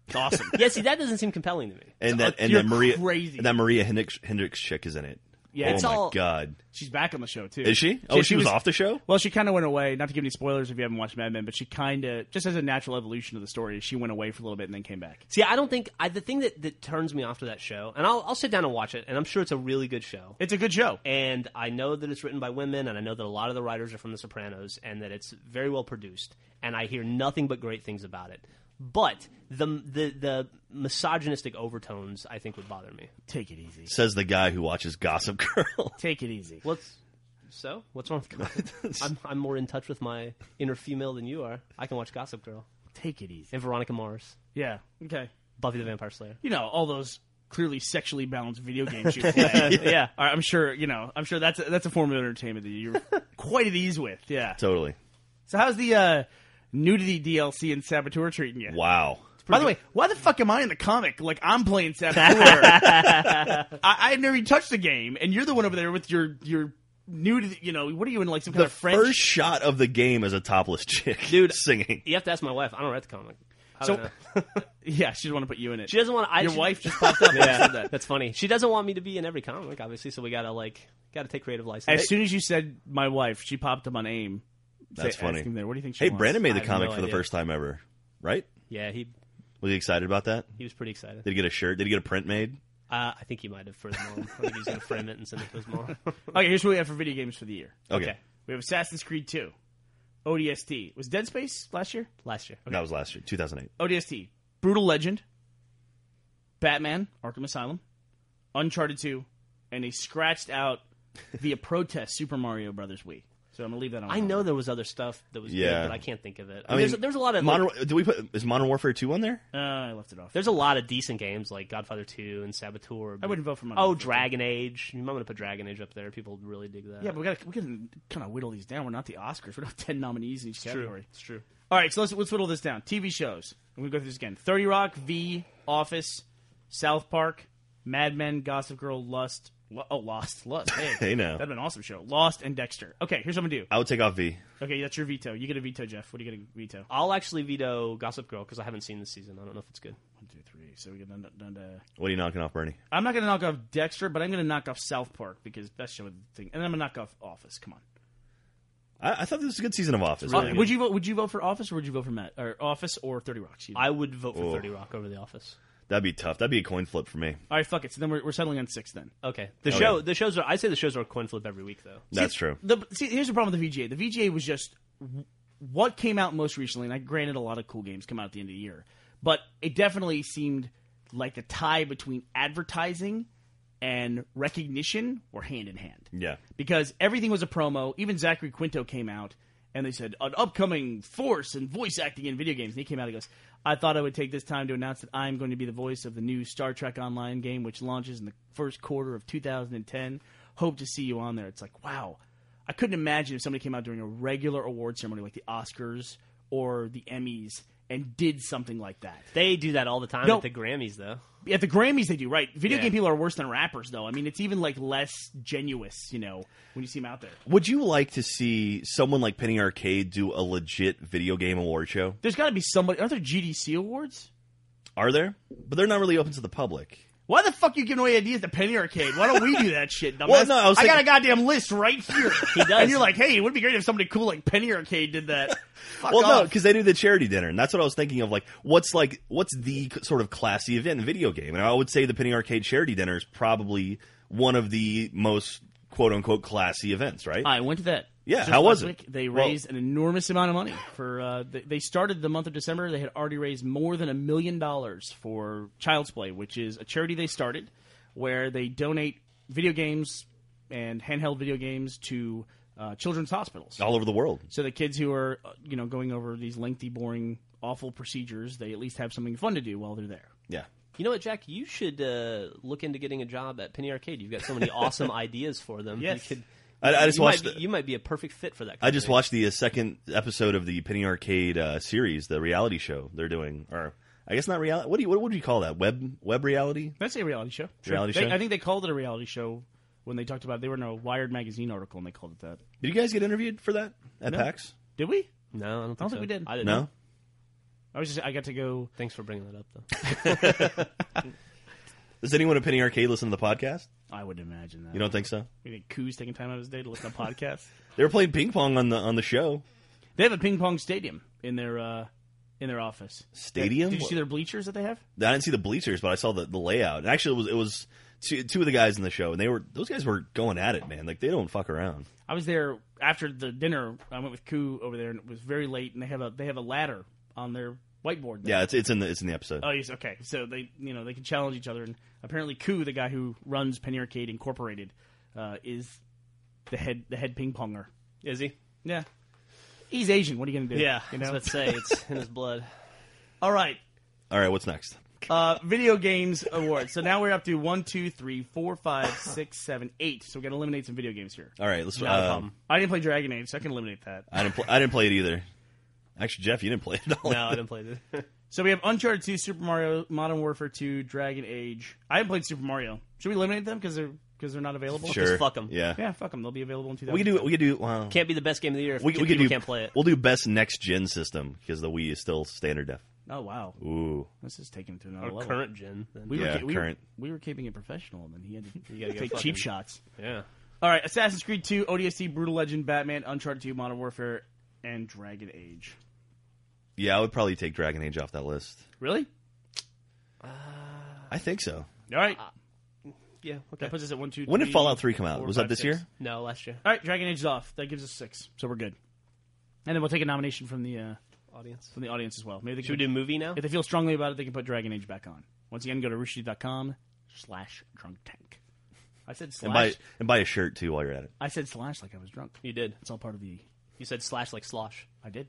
It's *laughs* awesome. Yeah, see, that doesn't seem compelling to me. and that and you're that Maria crazy. and that Maria Hendricks, Hendricks chick is in it. Yeah, oh it's my all- god, She's back on the show too. is she? Oh, she, was, off the show. Well, she kind of went away. Not to give any spoilers if you haven't watched Mad Men, but she kind of just as a natural evolution of the story, she went away for a little bit and then came back. See, I don't think I, the thing that, that turns me off to that show, and I'll, I'll sit down and watch it, and I'm sure it's a really good show. It's a good show. and I know that it's written by women, and I know that a lot of the writers are from The Sopranos, and that it's very well produced, and I hear nothing but great things about it. But the the the misogynistic overtones, I think, would bother me. Take it easy. Says the guy who watches Gossip *laughs* Girl. Take it easy. What's so? What's wrong *laughs* with I'm I'm more in touch with my inner female than you are. I can watch Gossip Girl Take it easy. and Veronica Mars, Yeah. Okay. Buffy the Vampire Slayer. You know all those clearly sexually balanced video games *laughs* you play. yeah, All right, I'm sure you know. I'm sure that's a, that's a form of entertainment that *laughs* you're quite at ease with. Yeah. totally. So how's the uh, nudity DLC and Saboteur treating you? Wow. By the way, why the fuck am I in the comic? Like I'm playing Saboteur. *laughs* I, I never even touched the game, and you're the one over there with your your nudity. You know what are you in like some kind The of French? first shot of the game is a topless chick, *laughs* Dude. singing. you have to ask my wife. I don't write the comic. I So- don't know. yeah, she doesn't want to put you in it. She doesn't want. I, Your she- wife just *laughs* popped up. and Yeah, said that. that's funny. She doesn't want me to be in every comic, obviously. So we gotta like gotta take creative license. As soon as you said my wife, she popped up on AIM. That's Say- funny. asking There. What do you think? She Hey, wants? Brandon made I the have comic no for the idea. first time ever, right? yeah, he Was he excited about that? he was pretty excited. Did he get a shirt? Did he get a print made? Uh, I think he might have for his mom. I think he's gonna frame it and send it to his mom. Okay, here's what we have for video games for the year. Okay. Okay. We have Assassin's Creed 2, ODST. Was Dead Space last year? Last year, That was last year, 2008. ODST. Brutal Legend, Batman, Arkham Asylum, Uncharted 2, and they scratched out *laughs* via protest Super Mario Brothers Wii. So I'm gonna leave that on. I know there was other stuff that was Yeah. good, but I can't think of it. I mean, there's, there's a lot of like, Modern. do we put is Modern Warfare 2 on there? Uh, I left it off. there's a lot of decent games like Godfather Two and Saboteur. I wouldn't vote for Modern Oh, Warfare 2. Dragon Age. I'm gonna put Dragon Age up there. People really dig that. Yeah, but we gotta we can kind of whittle these down. We're not *laughs* the Oscars. We don't have ten nominees in each it's true. category. It's true. All right, so let's let's whittle this down. TV shows. I'm gonna go through this again. Thirty Rock, V, Office, South Park, Mad Men, Gossip Girl, Lust, Lo- oh, Lost, Lost. Hey, Hey, now. that'd been an awesome show. Lost and Dexter. Okay, here's what I'm gonna do. I would take off V. Okay, that's your veto. You get a veto, Jeff. What are you gonna veto? I'll actually veto Gossip Girl because I haven't seen this season. I don't know if it's good. One, two, three. So we get done. done uh, to- What are you knocking off, Bernie? I'm not gonna knock off Dexter, but I'm gonna knock off South Park because that's show of the thing. And I'm gonna knock off Office. Come on. I, I thought this was a good season of Office. really man. Uh, would you vote? Would you vote for Office or would you vote for Matt or Office or Thirty Rock? excuse me. I would vote for Oh. Thirty Rock over The Office. That'd be tough. That'd be a coin flip for me. All right, fuck it. So then we're, we're settling on six then. Okay, the Okay. show, the shows are. I say the shows are a coin flip every week though. That's See, true. The, see, here's the problem with the VGA. The VGA was just w- what came out most recently, and I granted a lot of cool games come out at the end of the year, but it definitely seemed like the tie between advertising and recognition were hand in hand. Yeah. Because everything was a promo. Even Zachary Quinto came out and they said, an upcoming force in voice acting in video games. And he came out and goes, I thought I would take this time to announce that I'm going to be the voice of the new Star Trek Online game, which launches in the first quarter of 2010. Hope to see you on there. It's like, wow. I couldn't imagine if somebody came out during a regular award ceremony like the Oscars or the Emmys and did something like that. They do that all the time No. at the Grammys though. At the Grammys, they do, right? Video Yeah. game people are worse than rappers, though. I mean, it's even like less genuous, you know, when you see them out there. Would you like to see someone like Penny Arcade do a legit video game award show? There's got to be somebody. Aren't there GDC awards? Are there? But they're not really open to the public. Why the fuck you giving away ideas to Penny Arcade? Why don't we do that shit? dumbass? *laughs* Well, no, I was got a thinking- goddamn list right *laughs* here. he does. And you're like, hey, it would be great if somebody cool like Penny Arcade did that. *laughs* Fuck well, no, off. because they do the charity dinner, and that's what I was thinking of. Like, what's like, what's the c- sort of classy event in video game? And I would say the Penny Arcade charity dinner is probably one of the most quote unquote classy events, right? I went to that. Yeah, Just how was last week, it? They Well- raised an enormous amount of money for. Uh, they, they started the month of December. They had already raised more than a million dollars for Child's Play, which is a charity they started, where they donate video games and handheld video games to uh, children's hospitals. All over the world. So the kids who are, uh, you know, going over these lengthy, boring, awful procedures, they at least have something fun to do while they're there. Yeah. You know what, Jack? You should uh, look into getting a job at Penny Arcade. You've got so many *laughs* awesome ideas for them. Yes. You could, I, I just you watched. Might be, the- you might be a perfect fit for that. I just company. watched the uh, second episode of the Penny Arcade uh, series, the reality show they're doing, or I guess not reality. What do you what would you call that? Web web reality? That's a reality show. Reality They- show? I think they called it a reality show when they talked about. It. They were in a Wired magazine article and they called it that. Did you guys get interviewed for that at PAX? Did we? No, I don't think, think so. we did. I didn't. No. I was just. I got to go. Thanks for bringing that up, though. Does anyone at Penny Arcade listen to the podcast? I would imagine that. You don't think so? you think Koo's taking time out of his day to listen to podcasts? *laughs* They were playing ping pong on the on the show They have a ping pong stadium in their uh, in their office. stadium. Did you see their bleachers that they have? I didn't see the bleachers, but I saw the, the layout. And actually, it was it was two, two of the guys in the show, and they were those guys were going at it, man. Like they don't fuck around. I was there after the dinner. I went with Koo over there, and it was very late. And they have a they have a ladder on their whiteboard. there. Yeah, it's it's in the it's in the episode. Uh, Oh, yes. Okay. So they, you know, they can challenge each other, and apparently, Koo, the guy who runs Penny Arcade Incorporated, uh, is the head the head ping ponger. *laughs* Is he? Yeah, he's Asian. What are you gonna do? Yeah. You I know. was about to say it's in his *laughs* blood. All right. All right, what's next? Uh, video games awards. So now we're up to one, two, three, four, five, six, seven, eight. So we got to eliminate some video games here. All right, let's. Not a um, problem. I didn't play Dragon Age, so I can eliminate that. I didn't. Pl- I didn't play it either. Actually, Jeff, you didn't play it at all. No, *laughs* I didn't play this. *laughs* So we have Uncharted 2, Super Mario, Modern Warfare 2, Dragon Age. I haven't played Super Mario. Should we eliminate them because they're because they're not available? sure. Just fuck 'em. Yeah. Yeah, fuck them. They'll be available in 2000. We could do. We could do. Well, Can't be the best game of the year if we, people we could do. can't play it. We'll do best next gen system because the Wii is still standard def. Oh wow, Ooh. this is taking it to Or another level. current gen. then. We Yeah, were, we, current. Were, we were keeping it professional, and then he had *laughs* to You gotta go take fucking- cheap shots. Yeah. All right, Assassin's Creed 2, ODST, Brutal Legend, Batman, Uncharted 2, Modern Warfare, and Dragon Age. Yeah, I would probably take Dragon Age off that list. Really? I think so. All right, Yeah. Ah, Okay. that puts us at one, two. When did three, Fallout Three come out? four, Was that five, this six. year? No, last year. All right, Dragon Age is off. That gives us six, so we're good. And then we'll take a nomination from the uh, Audience. from the audience as well. Maybe they Should we can, do movie now? if they feel strongly about it, they can put Dragon Age back on. Once again, go to rushi.com slash drunk tank. I said And buy slash. and buy a shirt too while you're at it. I said slash like I was drunk. You did. It's all part of the You said slash like slosh. I did.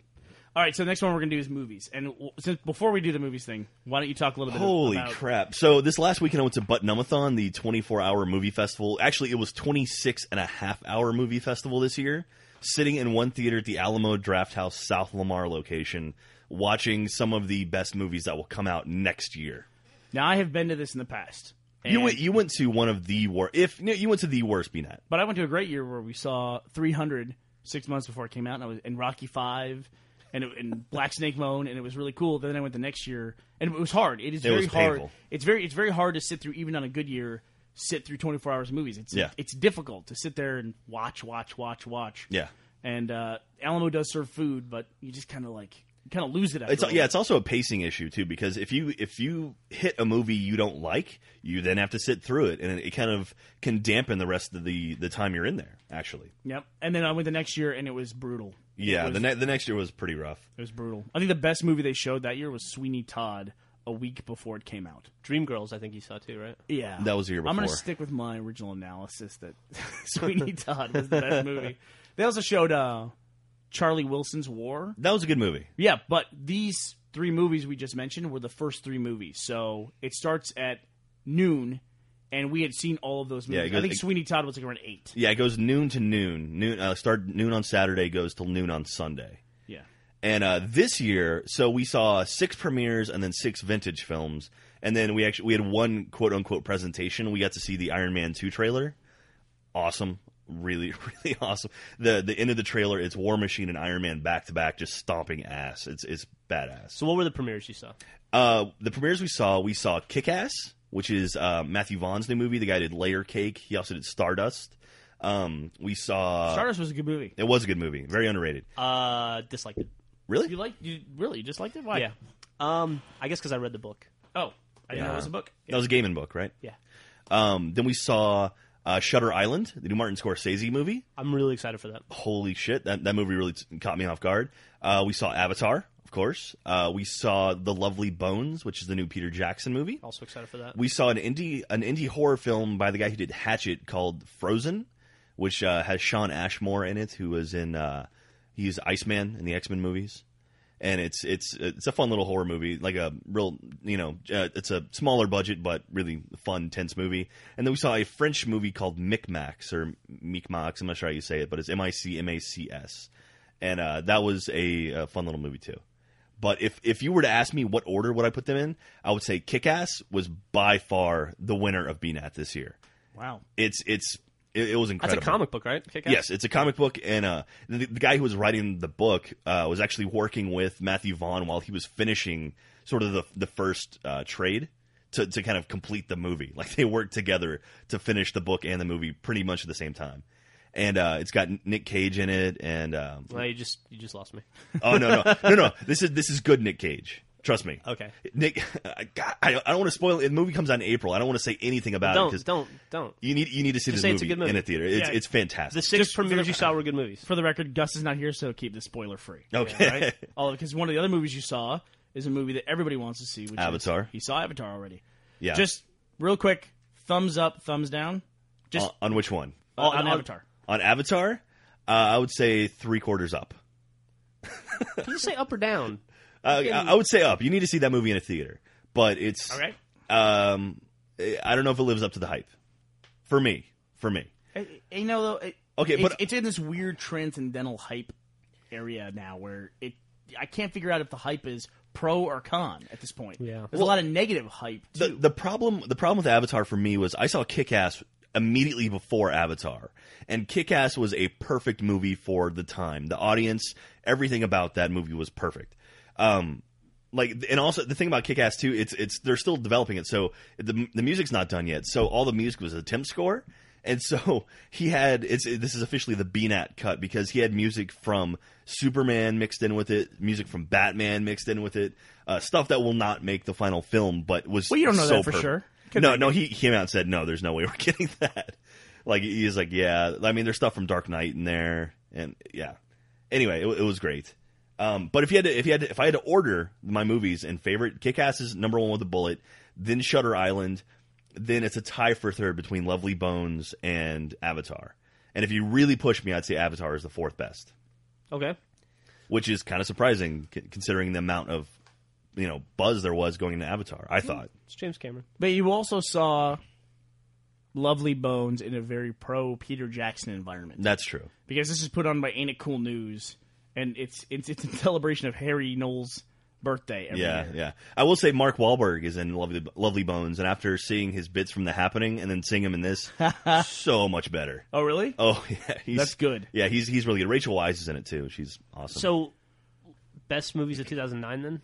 All right, so next one we're gonna do is movies, and w- since before we do the movies thing, why don't you talk a little bit? Holy about, crap. So this last weekend I went to Butnumathon, the 24-hour movie festival. Actually, it was 26 and a half hour movie festival this year. Sitting in one theater at the Alamo Drafthouse South Lamar location, watching some of the best movies that will come out next year. Now I have been to this in the past, You And- went. You went to one of the worst. If no, you went to the worst BNet. But I went to a great year where we saw 300 six months before it came out, and I was in Rocky Five, and it, and Black Snake Moan, and it was really cool. Then I went the next year, and it was hard. It is It very was hard. painful. It's very it's very hard to sit through even on a good year. Sit through 24 hours of movies. It's Yeah. it's difficult to sit there and watch, watch, watch, watch. Yeah. And uh, Alamo does serve food, but you just kind of like kind of lose it. After It's a little yeah. It's also a pacing issue too, because if you if you hit a movie you don't like, you then have to sit through it, and it kind of can dampen the rest of the the time you're in there. Actually, Yep. And then I went the next year, and it was brutal. yeah. It was, the ne- the next year was pretty rough. it was brutal. I think the best movie they showed that year was Sweeney Todd a week before it came out. Dreamgirls, I think you saw too, right? Yeah, That was the year I'm going to before. stick with my original analysis that *laughs* Sweeney Todd was the best movie. They also showed uh, Charlie Wilson's War. That was a good movie. Yeah, but these three movies we just mentioned were the first three movies. So it starts at noon, and we had seen all of those Yeah, it movies. I goes- think it- Sweeney Todd was like around eight. Yeah, it goes noon to noon. Noon uh, start noon on Saturday, goes till noon on Sunday. Yeah. And uh, this year, so we saw six premieres and then six vintage films, and then we actually we had one quote unquote presentation. We got to see the Iron Man two trailer. Awesome, really, *laughs* really awesome. the The end of the trailer, it's War Machine and Iron Man back to back, just stomping ass. It's it's badass. So what were the premieres you saw? Uh, the premieres we saw, we saw Kick Ass, which is uh, Matthew Vaughn's new movie. The guy did Layer Cake. He also did Stardust. Um, we saw. Stardust was a good movie. It was a good movie, very underrated. Uh, disliked it. Really? You like you really you just liked it? Why? Yeah. Um, I guess because I read the book. Oh, I didn't know Yeah. it was a book. That was a Gaiman book, right? Yeah. Um, then we saw uh, Shutter Island, the new Martin Scorsese movie. I'm really excited for that. Holy shit, that, that movie really t- caught me off guard. Uh, we saw Avatar, of course. Uh, we saw The Lovely Bones, which is the new Peter Jackson movie. Also excited for that. We saw an indie an indie horror film by the guy who did Hatchet called Frozen, which uh, has Sean Ashmore in it, who was in uh, he's Iceman in the X Men movies, and it's it's it's a fun little horror movie, like a real you know uh, it's a smaller budget but really fun tense movie. And then we saw a French movie called Micmacs or Micmacs, I'm not sure how you say it, but it's M I C M A C S, and uh, that was a, a fun little movie too. But if if you were to ask me what order would I put them in, I would say Kick Ass was by far the winner of BNAT this year. Wow. It's it's it, it was That's incredible. a comic book, right? Kick-Ass? Yes, it's a comic book, and uh, the, the guy who was writing the book uh, was actually working with Matthew Vaughn while he was finishing sort of the the first uh, trade to to kind of complete the movie. Like they worked together to finish the book and the movie pretty much at the same time. And uh, it's got Nick Cage in it, and um, Well, you just you just lost me. Oh no no no no! This is this is good Nick Cage. Trust me. Okay. Nick, *laughs* God, I, I don't want to spoil it. The movie comes out in April. I don't want to say anything about it Don't because don't don't. you need you need to see Just this say movie, it's a good movie. in a theater. It's Yeah. it's fantastic. The six Just for premieres the- you saw were good *laughs* movies. For the record, Gus is not here, so keep this spoiler free. *laughs* okay. All because one of the other movies you saw is a movie that everybody wants to see. Which is- *laughs* Avatar. you saw Avatar already. yeah. Just real quick, thumbs up, thumbs down. Just on, on which one? on, Uh, on- Avatar. On Avatar, uh, I would say three quarters up. Did you say up or down? Uh, I, I would say up. You need to see that movie in a theater, but it's All right. Um, I don't know if it lives up to the hype. For me, for me. I- I- eh, You know, though, it, Uh, Okay, it's, but- it's in this weird transcendental hype area now, where it I can't figure out if the hype is pro or con at this point. Yeah. there's a lot of negative hype the, too. the problem the problem with Avatar for me was I saw Kick Ass immediately before Avatar, and Kick Ass was a perfect movie for the time. The audience, everything about that movie was perfect. Um, like and also the thing about Kick Ass too, it's it's they're still developing it, so the the music's not done yet. So all the music was a temp score. And so *laughs* he had it's this is officially the BNAT cut because he had music from Superman mixed in with it, music from Batman mixed in with it, uh, stuff that will not make the final film, but was Well, you don't know so that for perfect. sure. Could no, no, he he came out and said no. There's no way we're *laughs* getting that. Like he's like, yeah. I mean, there's stuff from Dark Knight in there, and yeah. Anyway, it, wa- it was great. Um, but if you had to, if you had to, if I had to order my movies and favorite, Kick Ass is number one with a bullet, then Shutter Island, then it's a tie for third between Lovely Bones and Avatar. And if you really push me, I'd say Avatar is the fourth best, Okay. which is kind of surprising c- considering the amount of you know buzz there was going into Avatar. I thought. It's James Cameron. But you also saw Lovely Bones in a very pro Peter Jackson environment That's true. because this is put on by Ain't It Cool News, and it's it's it's a celebration of Harry Knowles' birthday every yeah, year. yeah. I will say Mark Wahlberg is in Lovely Lovely Bones, and after seeing his bits from The Happening and then seeing him in *laughs* this, so much better. Oh, really? Oh *laughs* yeah, he's, That's good. Yeah, he's he's really good. Rachel Weisz is in it too. She's awesome. So, best movies of 2009. Then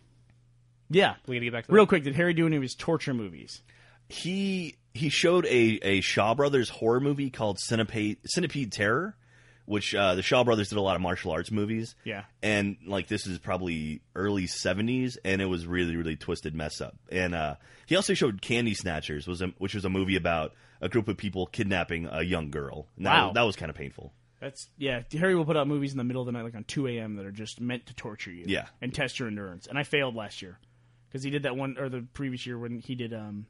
Yeah. we gonna get back to Real that? quick, did Harry do any of his torture movies? he he showed a a Shaw Brothers horror movie called Centipede Centipede Terror, which uh, the Shaw Brothers did a lot of martial arts movies. Yeah. and like this is probably early seventies, and it was really really twisted mess up. And uh, he also showed Candy Snatchers, was a, which was a movie about a group of people kidnapping a young girl. And that, Wow. that was kind of painful. That's yeah. Harry will put out movies in the middle of the night, like on two a.m. that are just meant to torture you. Yeah. and test your endurance. And I failed last year because he did that one or the previous year when he did um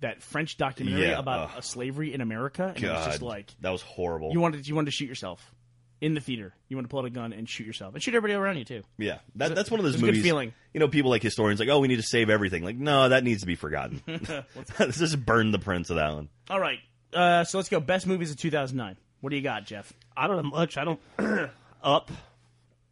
that French documentary Yeah, about uh, uh, slavery in America, and it was just God, like that was horrible. you wanted you wanted to shoot yourself in the theater. You want to pull out a gun and shoot yourself and shoot everybody around you too. Yeah, that, that's one of it those was a good movies. feeling. You know, people like historians like, oh, we need to save everything. Like, no, that needs to *laughs* be forgotten. *laughs* Let's just burn the prints of that one. All right, uh, so let's go. Best movies of 2009. What do you got, Jeff? I don't know much. I don't *clears throat* up.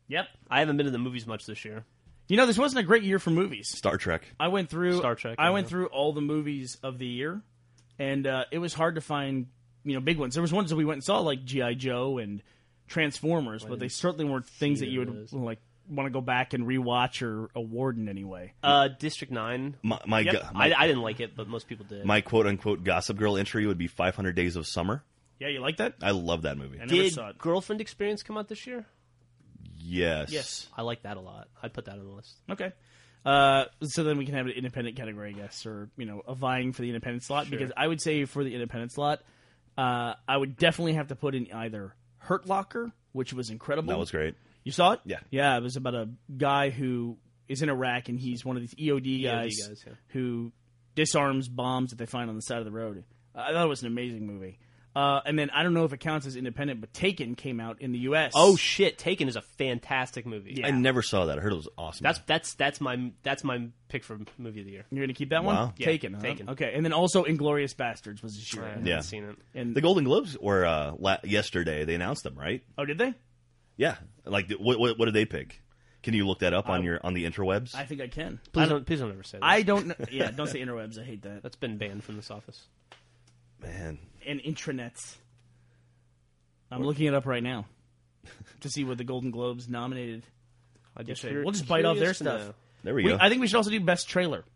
Yep. I haven't been to the movies much this year. You know this wasn't a great year for movies. Star Trek. I went through Star Trek, I yeah. went through all the movies of the year, and uh, it was hard to find you know big ones. There was ones that we went and saw like GI Joe and Transformers, but they certainly weren't things that you would those. like want to go back and rewatch or award in any way. Uh, District Nine. My my, Yep, gu- my, I, I didn't like it, but most people did. my quote unquote Gossip Girl entry would be 500 Days of Summer. Yeah, you like that? I love that movie. I never did saw it. Girlfriend Experience come out this year? Yes. Yes. I like that a lot. I'd put that on the list. Okay. Uh, so then we can have an independent category, I guess, or you know, a vying for the independent slot. Because I would say for the independent slot, uh, I would definitely have to put in either Hurt Locker, which was incredible. That was great. You saw it? Yeah. Yeah, it was about a guy who is in Iraq and he's one of these E EOD guys, guys, yeah. who disarms bombs that they find on the side of the road. I thought it was an amazing movie. Uh, and then I don't know if it counts as independent, but Taken came out in the U.S. Oh shit! Taken is a fantastic movie. Yeah. I never saw that. I heard it was awesome. That's that's that's my that's my pick for movie of the year. you're gonna keep that one? Wow. Yeah, Taken, huh? Taken. Okay, and then also Inglorious Bastards was this I year. haven't Yeah. seen it. And the Golden Globes were uh, la- yesterday. They announced them, right? oh, did they? Yeah. Like, th- what what, what did they pick? Can you look that up on your on the interwebs? Uh, I think I can. Please I don't, don't. please don't ever say that. I don't kn- yeah, don't say interwebs. I hate that. that's been banned from this office. Man, And intranets. I'm looking it up right now *laughs* to see what the Golden Globes nominated. I'd Yes, just sir. say, We'll just bite off their curious to know. stuff. there we, We, go. I think we should also do best trailer,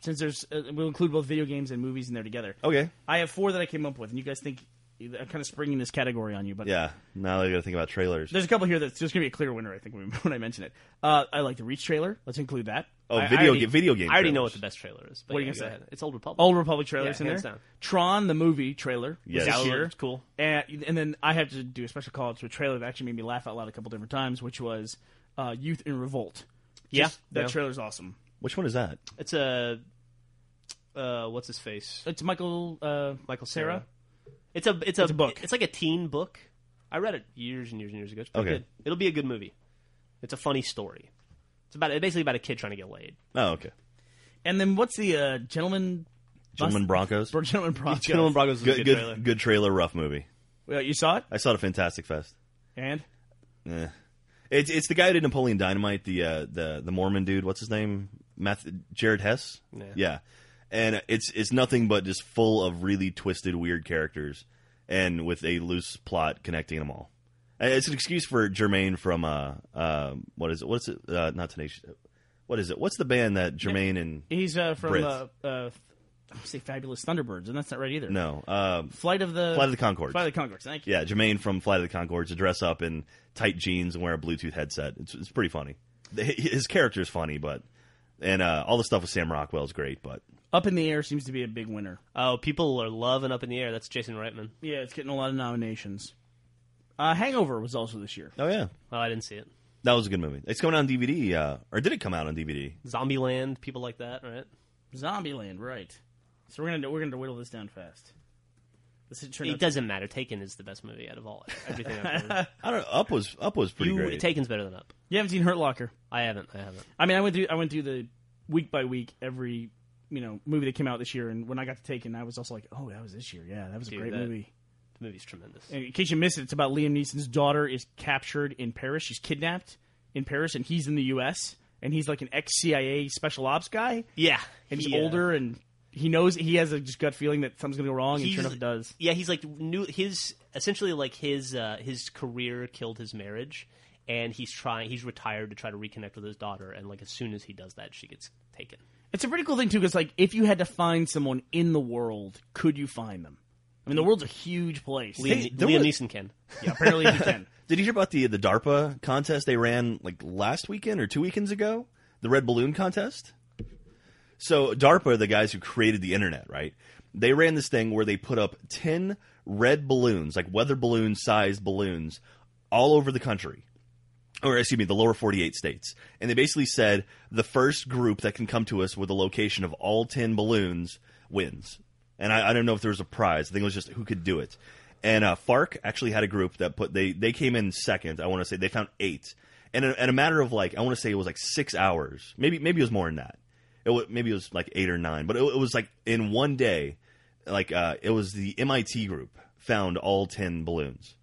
since there's uh, we'll include both video games and movies in there together. okay. I have four that I came up with, and you guys think I'm kind of springing this category on you, but Yeah. Now I got to think about trailers. there's a couple here that's just gonna be a clear winner. I think when, *laughs* when I mention it, uh, I like the Reach trailer. Let's include that. Oh, I- I video already- ga- video game. I already trailers. know what the best trailer is. But What are you yeah, gonna go say? Oh, ahead. It's Old Republic. Old Republic trailers Yeah, in there. hands down. Tron the movie trailer was Yes. That this was year. cool. And, and then I have to do a special call out to a trailer that actually made me laugh out loud a couple different times, which was uh, Youth in Revolt. Yeah, Just- that yeah. trailer's awesome. Which one is that? It's a uh, what's his face? It's Michael uh, Michael Sarah. Cera. It's a it's a, It's a book. It's like a teen book. I read it years and years and years ago. It's pretty Okay. good. It'll be a good movie. It's a funny story. It's about it's basically about a kid trying to get laid. Oh, okay. And then what's the uh, gentleman? Gentleman Broncos. Bur- *laughs* gentleman *laughs* Bronco. Gentleman Broncos is a good, good, good, trailer. good trailer, rough movie. Well, you saw it, I saw it at Fantastic Fest. and Eh. It's it's the guy who did Napoleon Dynamite, the uh, the the Mormon dude. What's his name? Math Jared Hess. Yeah. and it's it's nothing but just full of really twisted, weird characters, and with a loose plot connecting them all. And It's an excuse for Jermaine from uh, uh what is it? What's it? Uh, not Tenacious. What is it? What's the band that Jermaine and he's uh, from Brits. uh, uh, I would say Fabulous Thunderbirds, and that's not right either. no um, Flight of the Flight of the Concords. Flight of the Conchords, Thank you. Yeah, Jermaine from Flight of the Concords to dress up in tight jeans and wear a Bluetooth headset. It's, it's pretty funny. The- His character is funny, but and uh, all the stuff with Sam Rockwell is great. But Up in the air seems to be a big winner. Oh, people are loving Up in the Air. That's Jason Reitman. Yeah, it's getting a lot of nominations. Uh, Hangover was also this year. oh yeah, Well, I didn't see it. that was a good movie. It's coming out on DVD, uh, or did it come out on DVD? Zombieland, people like that, right? Zombieland, right? So we're gonna we're gonna whittle this down fast. This is turned It out- doesn't matter. Taken is the best movie out of all everything I've heard. I don't. know. Up was Up was pretty you, great. Taken's better than Up. You haven't seen Hurt Locker. I haven't. I haven't. I mean, I went through I went through the week by week every you know movie that came out this year, and when I got to Taken, I was also like, oh, that was this year. Yeah, that was a Dude, great that- movie. The movie's tremendous. And in case you missed it, it's about Liam Neeson's daughter is captured in Paris. She's kidnapped in Paris, and he's in the U.S. and he's like an ex CIA special ops guy, Yeah, and he's he, uh, older, and he knows he has a just gut feeling that something's gonna go wrong, and He's- sure enough, it does. Yeah, he's like new. His essentially like his uh, his career killed his marriage, and he's trying. He's retired to try to reconnect with his daughter, and like as soon as he does that, she gets taken. It's a pretty cool thing too, because like if you had to find someone in the world, could you find them? I mean, the world's a huge place. Liam, there Liam was- Neeson can. Yeah, apparently you can. Did you hear about the the DARPA contest they ran like last weekend or two weekends ago? The red balloon contest. So DARPA, the guys who created the internet, right? They ran this thing where they put up ten red balloons, like weather balloon sized balloons, all over the country, or excuse me, the lower forty eight states, and they basically said the first group that can come to us with a location of all ten balloons wins. And I, I don't know if there was a prize. I think it was just who could do it. And uh, FARC actually had a group that put they they came in second. I want to say they found eight, and in, in a matter of like I want to say it was like six hours, maybe maybe it was more than that. It wa maybe it was like eight or nine, but it, wa- it was like in one day, like uh, it was the MIT group found all ten balloons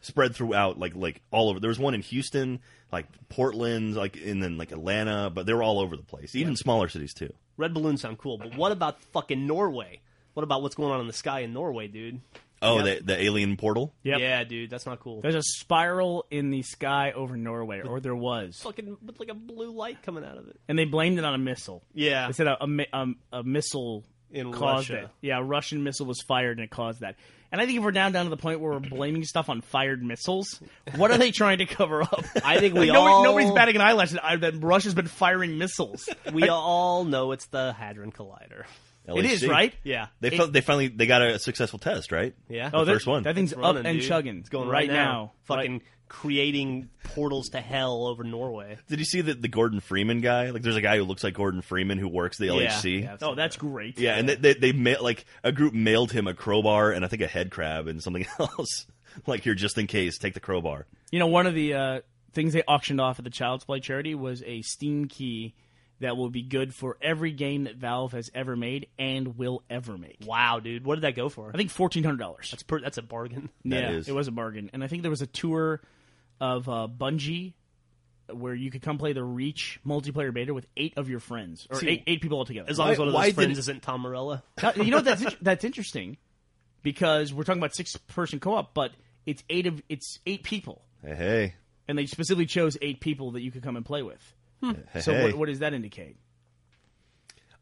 spread throughout like like all over. There was one in Houston, like Portland, like and then like Atlanta, but they were all over the place, even smaller cities too. Red balloons sound cool, but what about fucking Norway? What about what's going on in the sky in Norway, dude? Oh, the the alien portal. Yep. Yeah, dude, that's not cool. *laughs* There's a spiral in the sky over Norway, or there was, fucking with like a blue light coming out of it. and they blamed it on a missile. Yeah, They said a, a, mi- um, a missile In caused Russia. it. Yeah, a Russian missile was fired and it caused that. And I think if we're down down to the point where we're blaming stuff on fired missiles, what are they trying to cover up? I think we Like, *laughs* nobody- all nobody's batting an eyelash that, I- that Russia's been firing missiles. We all know it's the Hadron Collider. it is LHC. right. Yeah, They fin- they finally they got a successful test, right? yeah. Oh, The that- first one. That thing's It's running, up and dude. chugging. It's going right, now. Fucking Right. creating portals to hell over Norway. Did you see the, the Gordon Freeman guy? Like, there's a guy who looks like Gordon Freeman who works the LHC. yeah, Yeah, I've Oh, seen that's that. great. and they, they, they ma- like a group mailed him a crowbar and I think a head crab and something *laughs* else. like, here, just in case, take the crowbar. You know, one of the uh, things they auctioned off at the Child's Play charity was a Steam key that will be good for every game that Valve has ever made and will ever make. Wow, dude, what did that go for? I think fourteen hundred dollars. that's per- that's a bargain. That Yeah, is- it was a bargain, and I think there was a tour of uh, Bungie where you could come play the Reach multiplayer beta with eight of your friends or See, eight, eight people altogether. As long Why- as one of why those did- friends isn't Tom Morella. Now, you know what, that's that's interesting because we're talking about six person co op, but it's eight of it's eight people, Hey, hey. and they specifically chose eight people that you could come and play with. Hmm. Hey, So hey. what, what does that indicate?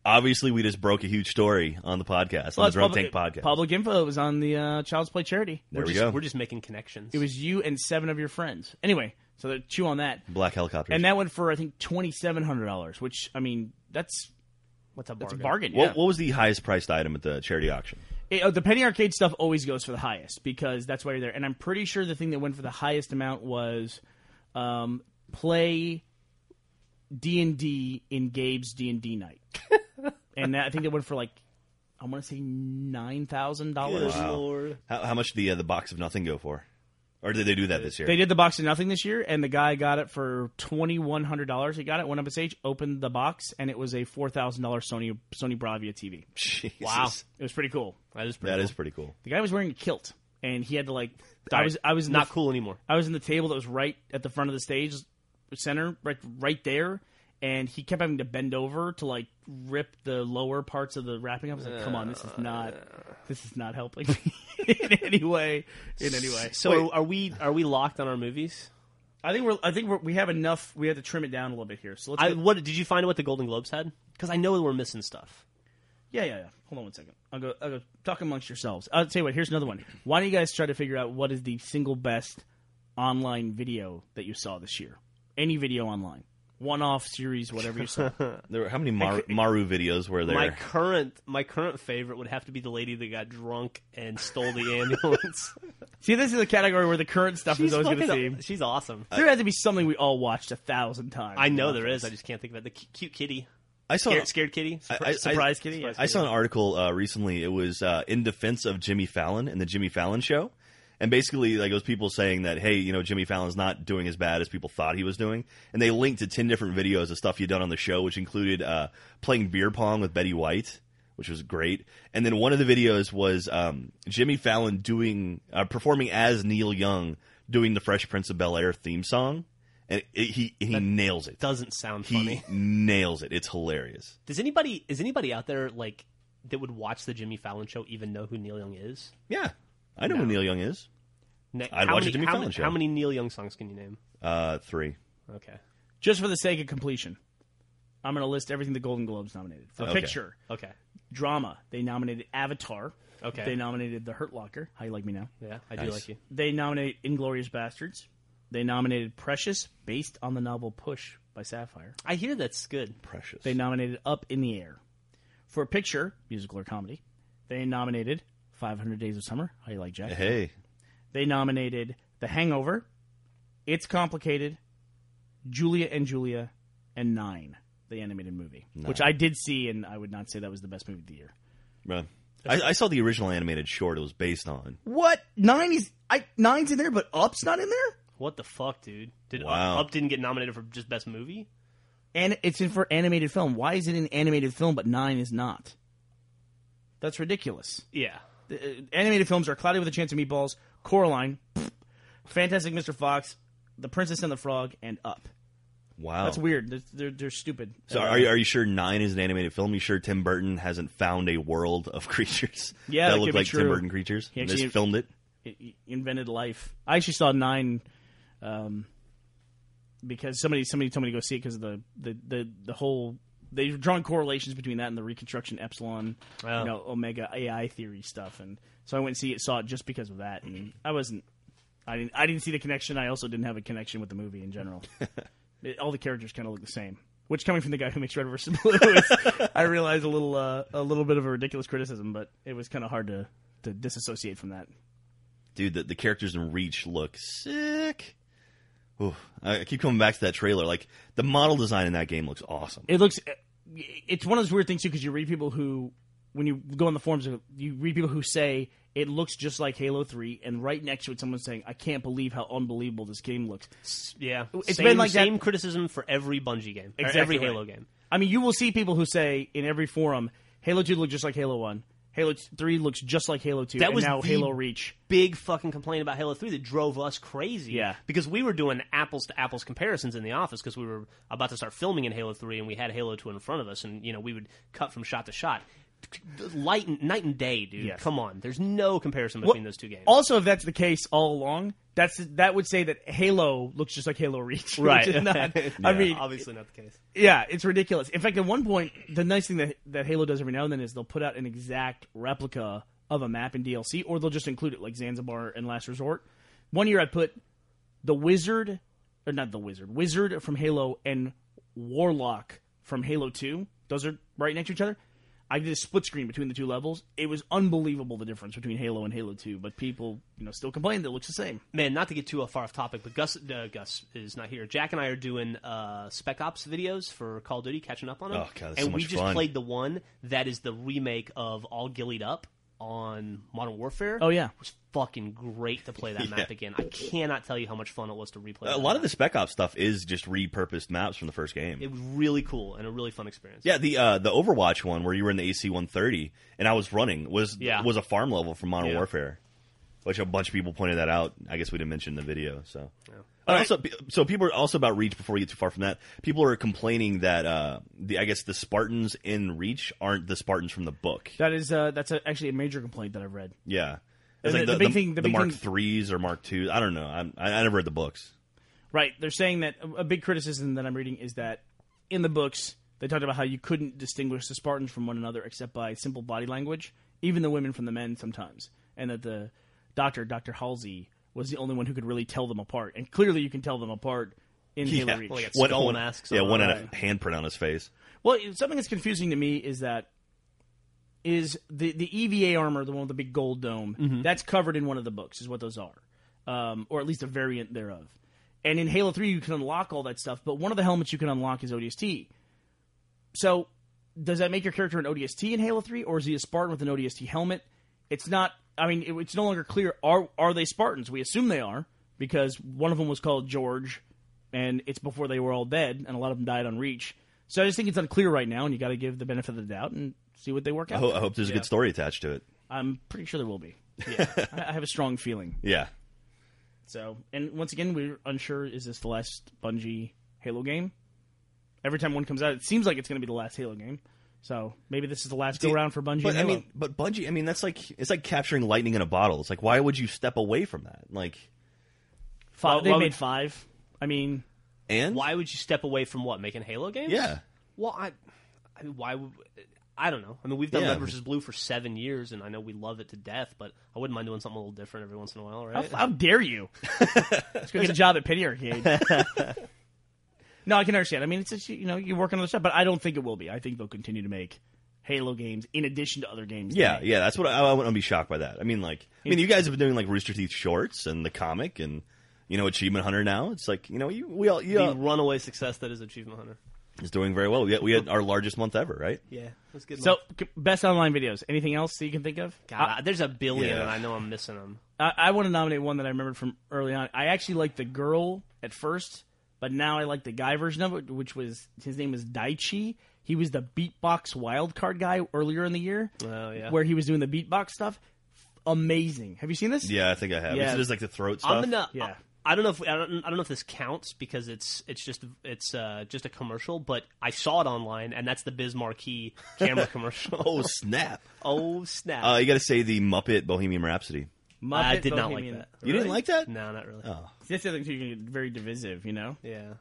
Obviously, we just broke a huge story on the podcast, on the it's Drunk public, Tank podcast. Public info that was on the uh, Child's Play charity. there we're we just, go. We're just making connections. It was you and seven of your friends. Anyway, so they chew on that. Black helicopters. And that went for I think twenty seven hundred dollars, which I mean that's What's a that's a bargain. bargain? what, yeah. what was the highest priced item at the charity auction? It- uh, the penny arcade stuff always goes for the highest because that's why you're there. And I'm pretty sure the thing that went for the highest amount was um, play D and D in Gabe's D and D night, and that, I think that went for like I want to say nine thousand dollars. Lord. How, how much did the uh, the box of nothing go for? Or did they do that this year? They did the box of nothing this year, and the guy got it for twenty one hundred dollars. He got it, went up a stage, opened the box, and it was a four thousand dollar Sony Sony Bravia TV. *laughs* Jesus. Wow. It was pretty cool. That is pretty That cool. is pretty cool. The guy was wearing a kilt, and he had to like. I was I was in the not cool anymore. I was in the table that was right at the front of the stage center, right right there, and he kept having to bend over to like rip the lower parts of the wrapping up. I was like, "Come on, this is Uh, not this is not helping me *laughs* in any way." In any way, So are we are we locked on our movies? I think we're I think we're, we have enough. We have to trim it down a little bit here. So let's. I, go- what did you find out what the Golden Globes had? Because I know we're missing stuff. yeah, yeah, yeah. Hold on one second. I'll go. I'll go talk amongst yourselves. I'll tell you what. Here's another one. Why don't you guys try to figure out what is the single best online video that you saw this year? Any video online, one-off series, whatever you saw. There were, how many Mar- Maru videos were there? My current my current favorite would have to be the lady that got drunk and stole the *laughs* ambulance. See, this is a category where the current stuff is always going to fucking- seem. she's awesome. Uh, There had to be something we all watched a thousand times. I know there is. I just can't think of it. The cu- cute kitty, I saw scared, scared kitty, I- I- Surprise Kitty, yes. I saw an article uh, recently. It was uh, in defense of Jimmy Fallon and the Jimmy Fallon show, and basically like it was people saying that hey, you know Jimmy Fallon's not doing as bad as people thought he was doing, and they linked to ten different videos of stuff he'd done on the show, which included uh, playing beer pong with Betty White, which was great, and then one of the videos was um, Jimmy Fallon doing uh, performing as Neil Young doing the Fresh Prince of Bel Air theme song. and it, he he That nails it. Doesn't sound he funny. nails it. It's hilarious. Does anybody is anybody out there like that would watch the Jimmy Fallon show even know who Neil Young is? Yeah, I know who No. Neil Young is. Ne- I'd how watch many, the Jimmy how Fallon many- show. How many Neil Young songs can you name? Uh, three. Okay. Just for the sake of completion, I'm going to list everything the Golden Globes nominated. For Okay. picture, Okay. drama, they nominated Avatar. Okay. They nominated The Hurt Locker. How you like me now? Yeah, I do Nice. like you. They nominated Inglorious Bastards. They nominated Precious, based on the novel Push by Sapphire. I hear that's good. Precious. They nominated Up in the Air. For picture, musical or comedy, they nominated 500 Days of Summer. How you like Jack? hey, They nominated The Hangover, It's Complicated, Julia and Julia, and Nine, the animated movie, which I did see, and I would not say that was the best movie of the year. run. I, I saw the original animated short it was based on. What nine is? I nine's in there, but Up's not in there, What the fuck, dude? Did uh, Wow. Up, Up didn't get nominated for just best movie? and it's in for animated film. Why is it an animated film, but nine is not? That's ridiculous. Yeah. The, uh, animated films are Cloudy with a Chance of Meatballs, Coraline, *laughs* pfft, Fantastic Mr. Fox, The Princess and the Frog, and Up. Wow, That's weird. They're, they're, they're stupid. Oh. So are you, are you sure Nine is an animated film? You sure Tim Burton hasn't found a world of *laughs* creatures Yeah, that, that look could be like Tim true. Burton creatures? He and just actually- filmed it. it- it invented life. I actually saw nine, um, because somebody somebody told me to go see it because of the, the the the whole they've drawn correlations between that and the Reconstruction Epsilon, Oh. you know, Omega AI theory stuff, and so I went and see it, saw it just because of that, and I wasn't. I didn't. I didn't see the connection. I also didn't have a connection with the movie in general. It- all the characters kind of look the same. Which, coming from the guy who makes Red vs. *laughs* Blue, is, I realize a little uh, a little bit of a ridiculous criticism, but it was kind of hard to, to disassociate from that. Dude, the, the characters in Reach look sick. Ooh, I I keep coming back to that trailer. Like the model design in that game looks awesome. it looks it's one of those weird things too because you read people who when you go on the forums you read people who say it looks just like halo 3 and right next to it someone's saying i can't believe how unbelievable this game looks S- Yeah. It's same, been like that- same criticism for every Bungie game. or Exactly every right. Halo game. i mean you will see people who say in every forum halo 2 looked just like halo 1 halo 3 looks just like halo 2 That and was now the- halo reach Big fucking complaint about Halo 3 that drove us crazy. Yeah. Because we were doing apples to apples comparisons in the office because we were about to start filming in Halo 3 and we had Halo 2 in front of us and, you know, we would cut from shot to shot. Light and, night and day, dude. Yes. Come on. There's no comparison between those two games. also if that's the case all along that's that would say that halo looks just like halo reach *laughs* which Right. is *laughs* not- i mean obviously not the case. Yeah, it's ridiculous. In fact, at one point, the nice thing that that Halo does every now and then is they'll put out an exact replica of a map in DLC, or they'll just include it, like Zanzibar and Last Resort. One year, I put the Wizard, or not the Wizard, Wizard from Halo and Warlock from Halo Two. Those are right next to each other. I did a split screen between the two levels. It was unbelievable the difference between Halo and Halo Two, but people, you know, still complain that it looks the same. man, not to get too far off topic, but Gus uh, Gus is not here. Jack and I are doing uh, Spec Ops videos for Call of Duty, catching up on them. Oh, God, that's and so we much just fun. played the one that is the remake of All Gillied Up on Modern Warfare. Oh, yeah. it was fucking great to play *laughs* that map again. I cannot tell you how much fun it was to replay. A that lot of map. the Spec Ops stuff is just repurposed maps from the first game. It was really cool and a really fun experience. yeah, the uh, the Overwatch one where you were in the AC 130 and I was running was Yeah. was a farm level from Modern Yeah. Warfare, which a bunch of people pointed that out. I guess we didn't mention in the video. So And right. also, so people are also about Reach. Before we get too far from that, people are complaining that uh, the I guess the Spartans in Reach aren't the Spartans from the book. That is, uh, that's a, actually a major complaint that I've read. Yeah. It's The- like the the, big the- thing- the the big Mark thing- threes or Mark twos. I don't know. I'm, I, I never read the books. Right. They're saying that a big criticism that I'm reading is that in the books they talked about how you couldn't distinguish the Spartans from one another except by simple body language, even the women from the men sometimes, and that the doctor, Doctor Halsey, was the only one who could really tell them apart. And clearly, you can tell them apart in Halo Reach. Well, like it's One- skull one- masks Yeah, on one it. had a handprint on his face. Well, it- something that's confusing to me is that is the the EVA armor, the one with the big gold dome, that's covered in one of the books, is what those are, um, or at least a variant thereof. And in Halo Three, you can unlock all that stuff, but one of the helmets you can unlock is ODST. So, does that make your character an ODST in Halo Three, or is he a Spartan with an ODST helmet? It's not. I mean, it, it's no longer clear. Are are they Spartans? We assume they are because one of them was called George, and it's before they were all dead, and a lot of them died on Reach. So I just think it's unclear right now, and you got to give the benefit of the doubt and see what they work I, out. ho- I hope there's a good story attached to it. *laughs* I'm pretty sure there will be. I, I have a strong feeling. Yeah. So, and once again, we're unsure is this the last Bungie Halo game? Every time one comes out, it seems like it's going to be the last Halo game. So maybe this is the last go round for Bungie. But and I Halo. mean, but Bungie. I mean, that's like it's like capturing lightning in a bottle. It's like why would you step away from that? Like Five- why- they why made would- five. I mean, and Why would you step away from what making Halo games? Yeah. Well, I, I mean, why? would- I don't know. I mean, we've done Yeah. Red versus Blue for seven years, and I know we love it to death. But I wouldn't mind doing something a little different every once in a while, how, right? how dare *laughs* you? Let's go get a job at Penny Arcade. no, I can understand. I mean, it's just, you know you work on other stuff, but I don't think it will be. I think they'll continue to make Halo games in addition to other games. they Yeah, make. yeah, that's what I, I wouldn't be shocked by that. I mean, like, I mean, you guys have been doing like Rooster Teeth shorts and the comic and you know Achievement Hunter. Now it's like you know you, we all the yeah runaway success that is Achievement Hunter. it's doing very well. We had, we had our largest month ever, right? Yeah, that's good. So, c- best online videos. Anything else that you can think of? God, I- there's a billion, Yeah. and I know I'm missing them. I, I want to nominate one that I remembered from early on. I actually liked the girl at first, but now I like the guy version of it, which was his name was Daichi. He was the beatbox wildcard guy earlier in the year, Oh yeah. where he was doing the beatbox stuff. Amazing. Have you seen this? Yeah, I think I have. Yeah. It's just like the throat stuff. I'm gonna. Yeah. I, I don't know if I don't, I don't know if this counts because it's it's just it's uh, just a commercial, but I saw it online, and that's the Biz Marquee camera commercial. oh snap! *laughs* oh snap! Uh, you got to say the Muppet Bohemian Rhapsody. Muppet I did not like Bohemian- that. You didn't like that? No, not really. Oh That's the other thing too. You can get very divisive, you know. Yeah,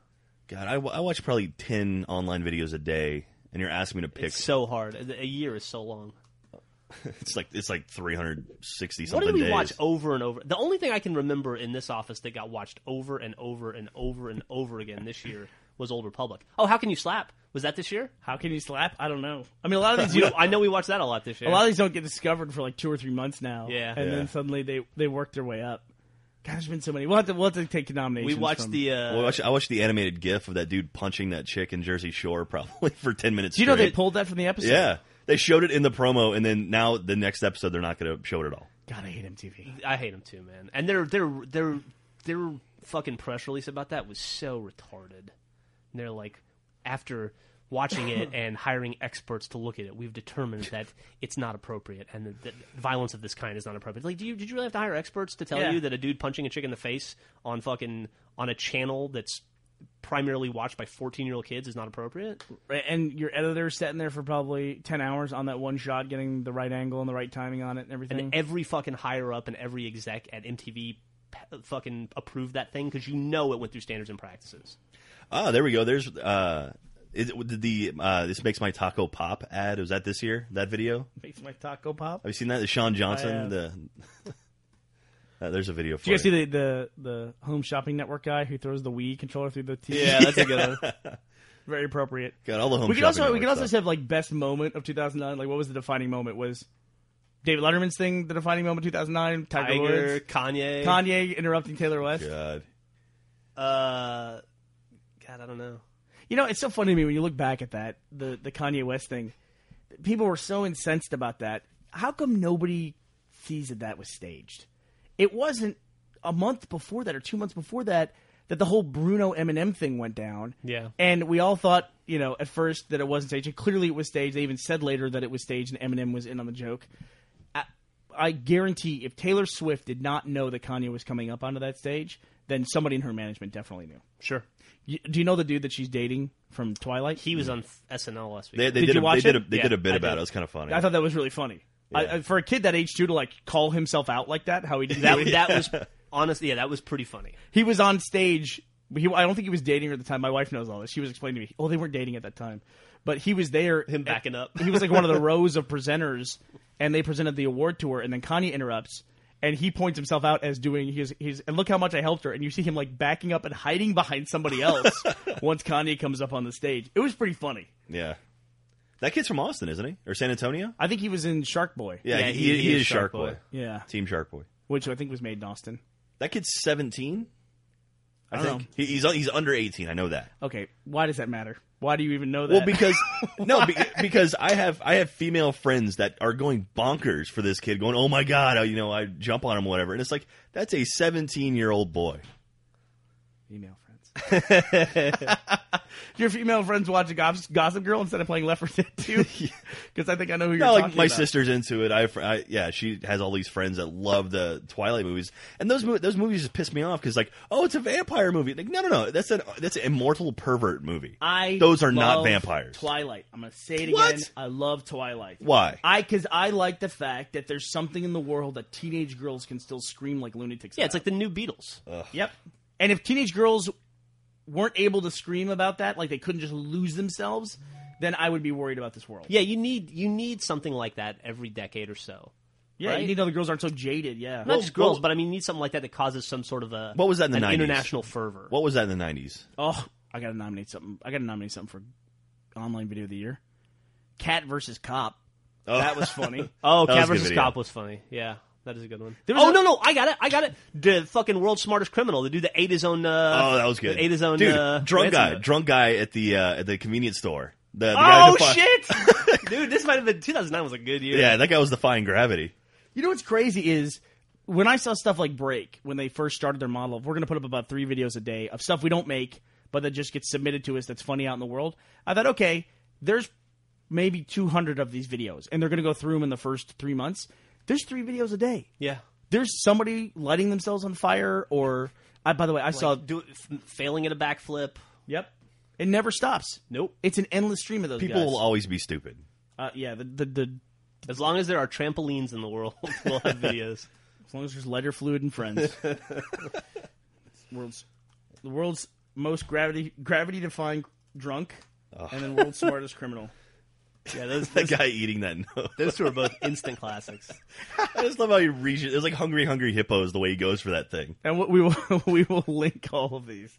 god, I, wa- I watch probably ten online videos a day, and you're asking me to pick. it's so hard. A a year is so long. It's like it's like 360 What something did we days. watch over and over? The only thing I can remember in this office that got watched over and over and over and over again this year was Old Republic. Oh, how can you slap? Was that this year? How can you slap? I don't know. I mean, a *laughs* lot of these You you know, I know we watched that a lot this year. A lot of these don't get discovered for like two or three months now. Yeah. and Yeah. then suddenly they they work their way up. God, there's been so many. We'll have to we'll have to take nominations. we watched from- the. Uh, Well, I watched, I watched the animated GIF of that dude punching that chick in Jersey Shore *laughs* probably for 10 minutes. Do you know straight. they pulled that from the episode? Yeah, they showed it in the promo, and then now the next episode they're not going to show it at all. God, I hate MTV. I hate them too, man. And their their their their fucking press release about that was so retarded. And they're like, after watching it and hiring experts to look at it, we've determined that it's not appropriate and that, that violence of this kind is not appropriate. Like, do you did you really have to hire experts to tell Yeah. you that a dude punching a chick in the face on fucking on a channel that's primarily watched by fourteen year old kids is not appropriate? Right, And your editor sitting there for probably ten hours on that one shot, getting the right angle and the right timing on it and everything. And every fucking higher up and every exec at MTV pe- uh, fucking approved that thing because you know it went through standards and practices. Ah, there we go. There's uh, is, did the uh, this makes my taco pop ad. Was that this year? That video? Makes my taco pop. Have you seen that? The Sean I Johnson. have. The *laughs* Uh, there's a video for Do you guys see it. the, the the home shopping network guy who throws the Wii controller through the TV? Yeah, *laughs* that's a good one. very appropriate. Got all the home. we could shopping also we network could also stuff. just have like best moment of 2009. Like, what was the defining moment? Was David Letterman's thing the defining moment 2009? Tiger, Tiger, Woods, Kanye, Kanye interrupting Taylor West. God. Uh, God, I don't know. You know, it's so funny to me when you look back at that the the Kanye West thing. People were so incensed about that. How come nobody sees that that was staged? It wasn't a month before that or two months before that that the whole Bruno Eminem thing went down. Yeah. and we all thought, you know, at first that it wasn't staged. And clearly, it was staged. They even said later that it was staged, and Eminem was in on the joke. I, I guarantee, if Taylor Swift did not know that Kanye was coming up onto that stage, then somebody in her management definitely knew. Sure, You, do you know the dude that she's dating from Twilight? he was on f- SNL last week. They, they Did did. you a, watch they did it? a they Yeah, did a bit I about did. it. It was kind of funny. I thought that was really funny. I, I, for a kid that age too to like call himself out like that, how he did *laughs* that *laughs* that was honestly, yeah, that was pretty funny. he was on stage. He, I don't think he was dating her at the time. My wife knows all this. She was explaining to me. Oh, they weren't dating at that time, but he was there. Him backing up. he was like one *laughs* of the rows of presenters, and they presented the award to her. And then Kanye interrupts, and he points himself out as doing his his. And look how much I helped her. And you see him like backing up and hiding behind somebody *laughs* else once Kanye comes up on the stage. It was pretty funny. yeah. That kid's from Austin, isn't he? Or San Antonio? I think he was in Shark Boy. Yeah, Yeah, he, he- he is Shark Boy. Yeah, Team Shark Boy. which I think was made in Austin. That kid's 17. I, don't think He, he's he's under 18. I know that. Okay, why does that matter? Why do you even know that? Well, because *laughs* no, be, because I have I have female friends that are going bonkers for this kid, going, "Oh my god!" I, you know, I jump on him, or whatever. And it's like that's a 17 year old boy. female friends. *laughs* Your female friends watch Goss- Gossip Girl instead of playing Left 4 Dead *laughs* 2? Because I think I know who you're No, like talking my about. sister's into it. I, have fr- I, yeah, she has all these friends that love the Twilight movies, and those mo- those movies just piss me off because like, oh, it's a vampire movie. Like, no, no, no, that's an that's an immortal pervert movie. I those are not love vampires. Twilight. I'm gonna say it again. What? I love Twilight. Why? I because I like the fact that there's something in the world that teenage girls can still scream like lunatics. Yeah, it's about. like the new Beatles. Uh. yep. And if teenage girls weren't able to scream about that, like they couldn't just lose themselves, then I would be worried about this world. Yeah, you need you need something like that every decade or so. yeah. right? You need to know the girls aren't so jaded. Yeah. Not just girls, but I mean, you need something like that that causes some sort of a What was that in the an 90s? international fervor. What was that in the nineties? oh, I gotta nominate something. I gotta nominate something for online video of the year. Cat versus cop. That *laughs* was *laughs* funny. oh, That was a Cat good versus video. Cop was funny. Yeah, that is a good one. There was Oh a- no, no, I got it, I got it. The fucking world's smartest criminal, the dude that ate his own. Uh, Oh, that was good. that Ate his own. Dude, uh, drunk ransom guy, note. drunk guy at the uh, at the convenience store. The, the guy Oh defi- *laughs* shit, dude! This might have been 2009 was a good year. Yeah, that guy was defying gravity. You know what's crazy is when I saw stuff like Break when they first started their model of we're going to put up about three videos a day of stuff we don't make but that just gets submitted to us that's funny out in the world. I thought, okay, there's maybe 200 of these videos and they're going to go through them in the first three months. There's three videos a day. yeah. There's somebody lighting themselves on fire or I. By the way, I So saw. do f- failing at a backflip. Yep. It never stops. Nope. It's an endless stream of those People guys. will always be stupid. uh, yeah. The, the the As long as there are trampolines in the world, *laughs* we'll have videos. As long as there's lighter fluid and *laughs* friends. world's the world's most gravity gravity defying drunk and then world's smartest criminal. Yeah, *laughs* those That those, guy eating that note. those two are both instant classics. I just love how he reaches. It's like hungry, hungry hippos. The way he goes for that thing. And what we will *laughs* we will link all of these.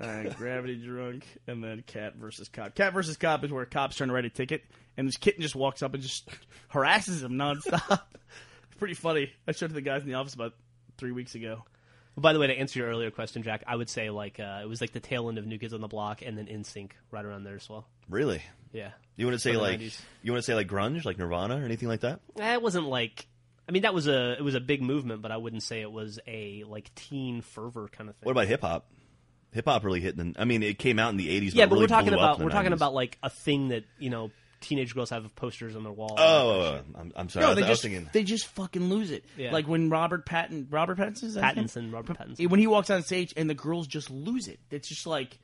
Uh, gravity drunk and then cat versus cop. Cat versus cop is where a cop's trying to write a ticket and this kitten just walks up and just harasses him nonstop. *laughs* it's pretty funny. I showed it to the guys in the office about three weeks ago. By the way, to answer your earlier question, Jack, I would say like uh, it was like the tail end of New Kids on the Block, and then In Sync right around there as well. Really? Yeah, You want to say the like 90s. you want to say like grunge, like Nirvana or anything like that? Eh, it wasn't like I mean that was a it was a big movement, but I wouldn't say it was a like teen fervor kind of thing. What about hip hop? Hip hop really hit. In, I mean, it came out in the eighties. yeah, but, but really we're talking blew up about in the we're talking 90s. about like a thing that you know teenage girls have posters on their wall. Oh, I'm, I'm sorry. I No, was- they I was just thinking. they just fucking lose it. Yeah. Like when Robert Patton, Robert Pattinson, is that his name? Pattinson, Robert It- Pattinson. when he walks on stage and the girls just lose it. It's just like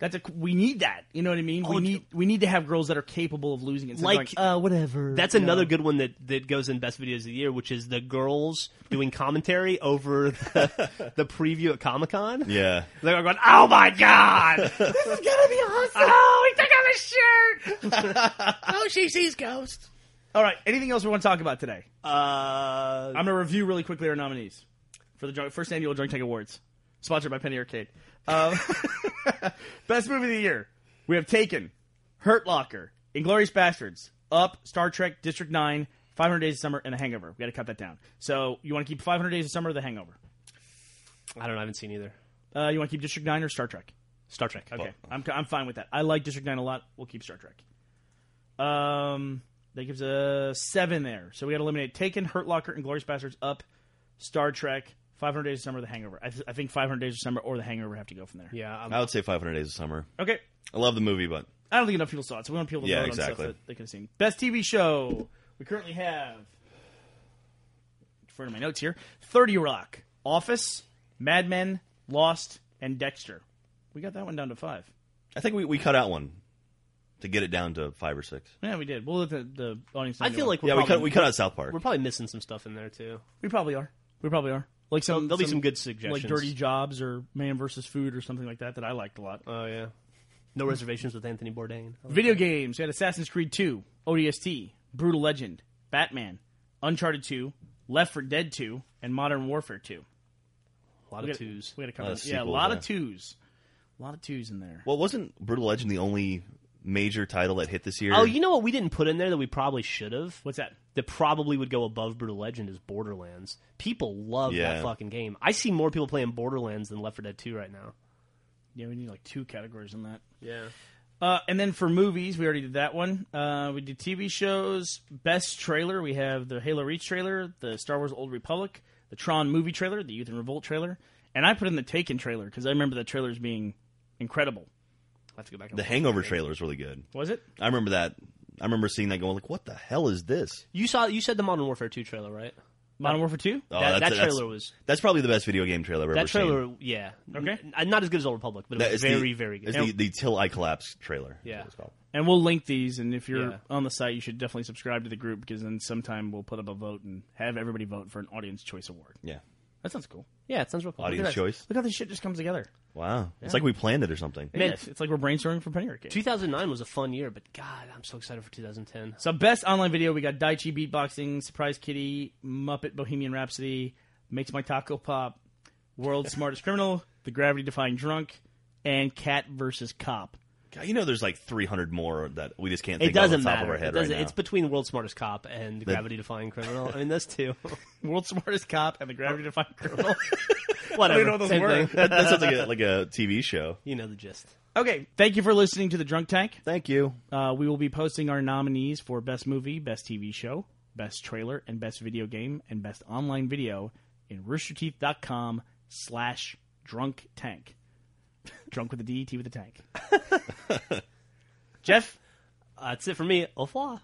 that's a we need that. You know what I mean? Oh, we need we need to have girls that are capable of losing it. So Like- like, uh, whatever. That's you know? another good one that, that goes in best videos of the year, which is the girls doing commentary over *laughs* the, the preview at Comic Con. Yeah. They're going, "Oh my *laughs* god!" This is gonna be awesome. Oh, he took off his shirt. *laughs* oh, she sees ghosts. All right. Anything else we want to talk about today? uh, I'm gonna review really quickly our nominees for the drunk, first annual Drunk Tank Awards, sponsored by Penny Arcade. Um, *laughs* best movie of the year. We have Taken, Hurt Locker, Inglorious Bastards, Up, Star Trek, District Nine, 500 Days of Summer, and The Hangover. We got to cut that down. So you want to keep 500 Days of Summer, or The Hangover? I don't. know. I haven't seen either. Uh, you want to keep District Nine or Star Trek? Star Trek. Okay, I'm I'm fine with that. I like District Nine a lot. We'll keep Star Trek. Um, that gives a seven there. So we got to eliminate Taken, Hurt Locker, and Glorious Bastards up. Star Trek, 500 Days of Summer, The Hangover. I, th- I think 500 Days of Summer or The Hangover have to go from there. Yeah, I'm- I would say 500 Days of Summer. Okay. I love the movie, but I don't think enough people saw it, so we want people to Yeah, vote exactly. on stuff that they could have seen. Best TV show. We currently have, refer to my notes here, 30 Rock, Office, Mad Men, Lost, and Dexter. We got that one down to five. I think we, we cut out one to get it down to five or six. Yeah, we did. We'll let the, the audience know I you feel want. like we're yeah, we probably, cut we cut out South Park. we're probably missing some stuff in there too. We probably are. We probably are. Like some, There'll be some good suggestions. like dirty jobs or man versus food or something like that that I liked a lot. Oh yeah. No reservations with Anthony Bourdain. Video games. We had Assassin's Creed 2, ODST, Brutal Legend, Batman, Uncharted 2, Left for Dead 2, and Modern Warfare 2. A lot We of got, twos. We got a A couple. lot of yeah, a sequels, lot yeah. of twos. A lot of twos in there. Well, wasn't Brutal Legend the only major title that hit this year? Oh, you know what we didn't put in there that we probably should have? What's that? That probably would go above Brutal Legend is Borderlands. People love Yeah. that fucking game. I see more people playing Borderlands than Left 4 Dead 2 right now. Yeah, we need like two categories in that. Yeah. Uh, and then for movies, we already did that one. Uh, we did TV shows. Best trailer, we have the Halo Reach trailer, the Star Wars Old Republic, the Tron movie trailer, the Youth and Revolt trailer, and I put in the Taken trailer because I remember the trailers being Incredible. I have to go back. And The watch Hangover that. trailer is really good. Was it? I remember that. I remember seeing that going like, what the hell is this? You saw you said the Modern Warfare 2 trailer, right? Modern Warfare Two. that Oh, that that's- that's- trailer was That's probably the best video game trailer I've ever that trailer, seen. yeah. Okay. N- not as good as Old Republic, but it That was is very the, very good. It's the, the Till I Collapse trailer. is Yeah. what it's called. And we'll link these, and if you're Yeah. on the site, you should definitely subscribe to the group because then sometime we'll put up a vote and have everybody vote for an audience choice award. Yeah. That sounds cool. yeah, it sounds real cool. Look at that. Audience choice. Look how this shit just comes together. Wow. It's like we planned it or something. It is. it's like we're brainstorming for Penny Arcade. 2009 was a fun year, but God, I'm so excited for 2010. So best online video, we got Daichi beatboxing, Surprise Kitty, Muppet Bohemian Rhapsody, Makes My Taco Pop, World's Smartest Criminal, The Gravity Defying Drunk, and Cat versus Cop. God, you know, there's like 300 more that we just can't It think doesn't of off the top matter. of our head it doesn't, right now. It's between World's Smartest Cop and Gravity Defying *laughs* Criminal. I mean, those two. World's Smartest Cop and The Gravity Defying Criminal. Whatever. know those Same were. thing. that, that sounds like a, like a TV show. *laughs* You know the gist. okay, thank you for listening to The Drunk Tank. Thank you. Uh, we will be posting our nominees for Best Movie, Best TV Show, Best Trailer, and Best Video Game, and Best Online Video in roosterteeth.com slash drunk tank. *laughs* Drunk with a D, T with a tank. Jeff? Uh, that's it for me. Au revoir.